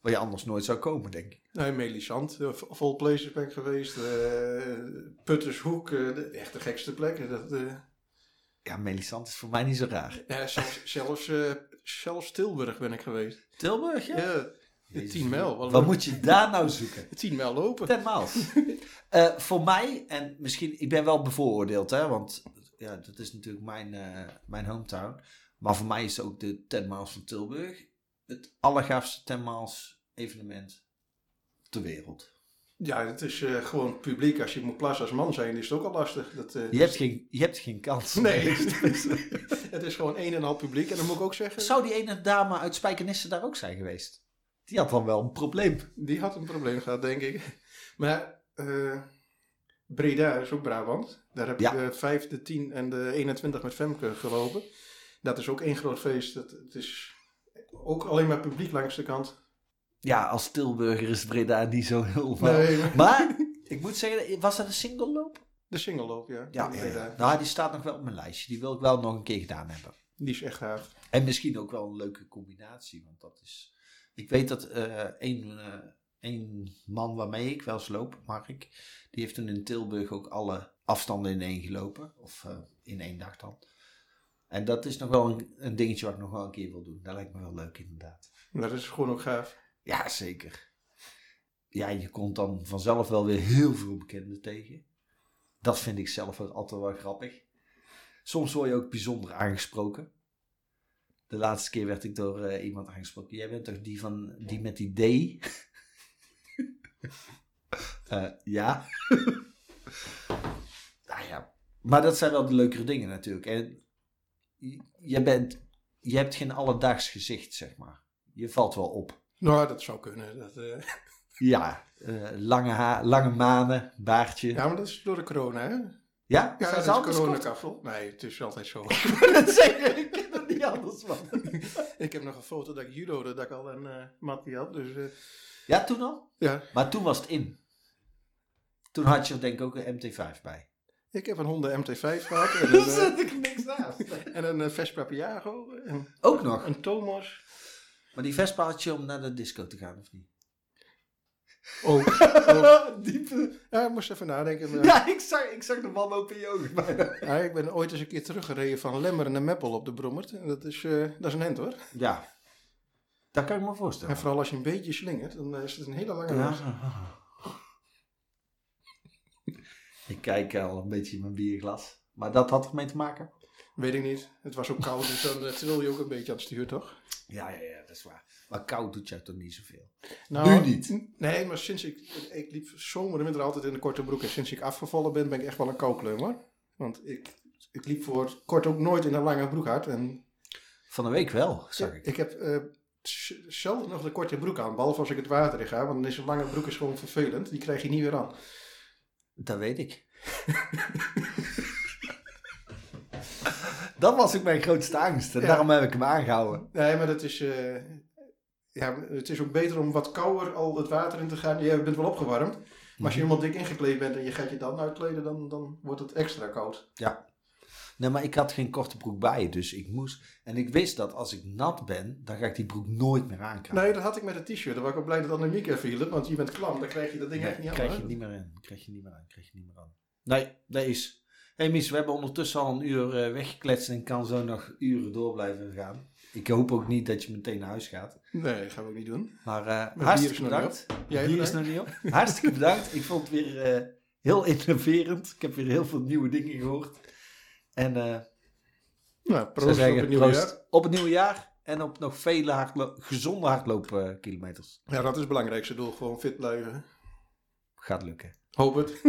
Speaker 2: waar je anders nooit zou komen, denk ik.
Speaker 3: Nee, Melisand, eh, v- vol places ben ik geweest. eh, Puttershoek, eh, de- echt de gekste plekken. Dat, eh,
Speaker 2: Ja, Melisande is voor mij niet zo raar.
Speaker 3: ja, zelfs, zelfs, eh, zelfs Tilburg ben ik geweest.
Speaker 2: Tilburg, ja?
Speaker 3: Ja, de
Speaker 2: Jezus,
Speaker 3: 10 mijl.
Speaker 2: Wat moet je daar nou zoeken?
Speaker 3: 10 mijl lopen?
Speaker 2: Ten maal. Eh, voor mij, en misschien, ik ben wel bevooroordeeld, hè, want ja, dat is natuurlijk mijn, eh, mijn hometown. Maar voor mij is ook de Tenmaals van Tilburg het allergaafste Tenmaals evenement ter wereld.
Speaker 3: Ja, het is eh, gewoon publiek. Als je moet plaatsen als man zijn, is het ook al lastig. Dat, eh,
Speaker 2: Je hebt geen, je hebt geen kans. Dus-
Speaker 3: Nee, het is gewoon een en al publiek. En dan moet ik ook zeggen,
Speaker 2: Zou die ene dame uit Spijkenisse daar ook zijn geweest? Die had dan wel een probleem.
Speaker 3: die had een probleem gehad, denk ik. Maar eh, Breda is ook Brabant. Daar heb
Speaker 2: Ja.
Speaker 3: ik de 5, de 10 en de 21 met Femke gelopen. Dat is ook één groot feest. Dat, het is ook alleen maar publiek langs de kant.
Speaker 2: Ja, als Tilburger is Breda niet zo heel veel.
Speaker 3: maar-
Speaker 2: Maar ik moet zeggen, was dat een single loop?
Speaker 3: de single loop, ja.
Speaker 2: Ja,
Speaker 3: in Breda.
Speaker 2: nou, die staat nog wel op mijn lijstje. Die wil ik wel nog een keer gedaan hebben.
Speaker 3: Die is echt gaaf.
Speaker 2: En misschien ook wel een leuke combinatie. Want dat is. Ik weet dat eh één, eh, één man waarmee ik wel eens loop, Mark, die heeft toen in Tilburg ook alle afstanden in één gelopen. Of eh, in één dag dan. En dat is nog wel een, een dingetje wat ik nog wel een keer wil doen. Dat lijkt me wel leuk, inderdaad.
Speaker 3: Dat is gewoon ook gaaf.
Speaker 2: Ja, zeker. Ja, je komt dan vanzelf wel weer heel veel bekenden tegen. Dat vind ik zelf wel altijd wel grappig. Soms word je ook bijzonder aangesproken. De laatste keer werd ik door eh, iemand aangesproken. Jij bent toch die, van, die met die D? Eh, ja. nou ja. Maar dat zijn wel de leukere dingen natuurlijk. En je- je, bent, je hebt geen alledaags gezicht, zeg maar. Je valt wel op.
Speaker 3: Nou, dat zou kunnen. Dat, eh.
Speaker 2: Ja, eh, lange, haar, lange manen, baardje. Ja,
Speaker 3: Ja, maar dat is door de corona, hè? Ja,
Speaker 2: Zijn ze
Speaker 3: dat is
Speaker 2: anders kort?
Speaker 3: coronakaffel. Nee, het is altijd zo.
Speaker 2: dat zeggen, ik ken het niet anders man.
Speaker 3: ik heb nog een foto dat ik judo, dat ik al een eh mattie had. Dus eh,
Speaker 2: Ja, toen al?
Speaker 3: ja,
Speaker 2: Maar toen was het in. Toen had je er denk ik ook een MT5 bij.
Speaker 3: ik heb een Honda MT5 gehad. En een, eh,
Speaker 2: ik niks naast.
Speaker 3: en een eh, Vespa Piago. En
Speaker 2: Ook nog.
Speaker 3: een Thomas.
Speaker 2: Maar die Vespa had je om naar de disco te gaan, of niet?
Speaker 3: Oh,
Speaker 2: Diepe.
Speaker 3: ja, ik moest even nadenken. maar-
Speaker 2: Ja, ik zag, ik zag de man open in je ogen bijna.
Speaker 3: Ja, ik ben ooit eens een keer teruggereden van Lemmeren naar Meppel op de Brommert. En Dat is, eh, dat is een end hoor.
Speaker 2: Ja, dat kan ik me
Speaker 3: En
Speaker 2: voorstellen.
Speaker 3: vooral als je een beetje slingert, dan eh, is het een hele lange reis.
Speaker 2: Ja. Ik kijk al een beetje in mijn bierglas. Maar dat had ermee te maken?
Speaker 3: Weet ik niet. Het was ook koud, dus dan eh, tril je ook een beetje aan het stuur, toch?
Speaker 2: Ja, ja, ja, dat is waar. Maar koud doet jou toch niet zoveel?
Speaker 3: Nou,
Speaker 2: Nu niet.
Speaker 3: n- Nee, maar sinds ik... Ik liep zomer en winter altijd in de korte broek. En sinds ik afgevallen ben, ben ik echt wel een koukleum hoor. Want ik ik liep voor het kort ook nooit in een lange broek uit. En
Speaker 2: Van de week wel, zag ik.
Speaker 3: ik heb eh, z- zelden nog de korte broek aan, behalve als ik het water in ga. Want dan is een lange broek is gewoon vervelend. Die krijg je niet weer aan.
Speaker 2: Dat weet ik. dat was ook mijn grootste angst. En
Speaker 3: Ja.
Speaker 2: daarom heb ik hem aangehouden.
Speaker 3: Nee, maar dat is. eh, ja, het is ook beter om wat kouder al het water in te gaan. Je bent wel opgewarmd. Maar
Speaker 2: Mhm.
Speaker 3: als je helemaal dik ingekleed bent en je gaat je dan uitkleden, dan, dan wordt het extra koud.
Speaker 2: Nee, maar ik had geen korte broek bij. Dus ik moest... En ik wist dat als ik nat ben, dan ga ik die broek nooit meer aankrijgen.
Speaker 3: Nee, dat had ik met het t-shirt. Dan was ik ook blij dat Annemiek even hielp, want je bent klam. Dan krijg je dat ding
Speaker 2: Nee,
Speaker 3: echt niet aan.
Speaker 2: krijg
Speaker 3: hè?
Speaker 2: je niet meer in. Krijg je niet meer aan. Krijg je niet meer aan. Nee, dat is. Hé hey Mies, we hebben ondertussen al een uur eh, weggekletst en kan zo nog uren door blijven gaan. Ik hoop ook niet dat je meteen naar huis gaat.
Speaker 3: Nee, dat gaan we ook niet doen.
Speaker 2: Maar eh
Speaker 3: bier
Speaker 2: hartstikke
Speaker 3: is nog
Speaker 2: bedankt.
Speaker 3: Jij
Speaker 2: Bier is nog
Speaker 3: bedankt.
Speaker 2: niet op. Hartstikke bedankt. Ik vond het weer eh, heel innoverend. Ik heb weer heel veel nieuwe dingen gehoord. En eh
Speaker 3: Nou,
Speaker 2: zou
Speaker 3: proost op
Speaker 2: zeggen,
Speaker 3: het nieuwe
Speaker 2: proost
Speaker 3: jaar.
Speaker 2: op het nieuwe jaar. En op nog vele hardlo- gezonde hardloopkilometers.
Speaker 3: Ja, dat is het belangrijkste doel. Gewoon fit blijven.
Speaker 2: Gaat lukken.
Speaker 3: Hoop het.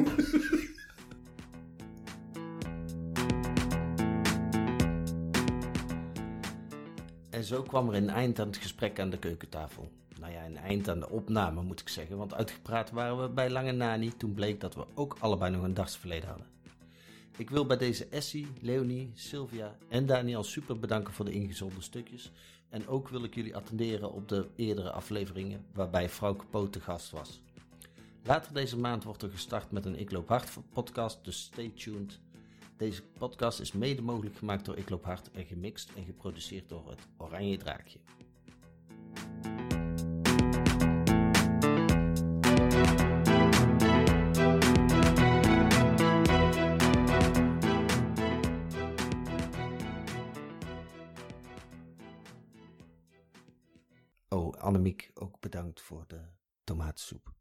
Speaker 6: En zo kwam er een eind aan het gesprek aan de keukentafel. Nou ja, een eind aan de opname moet ik zeggen, want uitgepraat waren we bij lange na niet toen bleek dat we ook allebei nog een dagsverleden hadden. Ik wil bij deze Essie, Leonie, Sylvia en Daniel super bedanken voor de ingezonden stukjes. En ook wil ik jullie attenderen op de eerdere afleveringen waarbij Frauke Poot te gast was. Later deze maand wordt er gestart met een Ik Loop Hard podcast, dus stay tuned. Deze podcast is mede mogelijk gemaakt door Ik Loop Hard en gemixt en geproduceerd door het Oranje Draakje. Oh, Annemiek, ook bedankt voor de tomatensoep.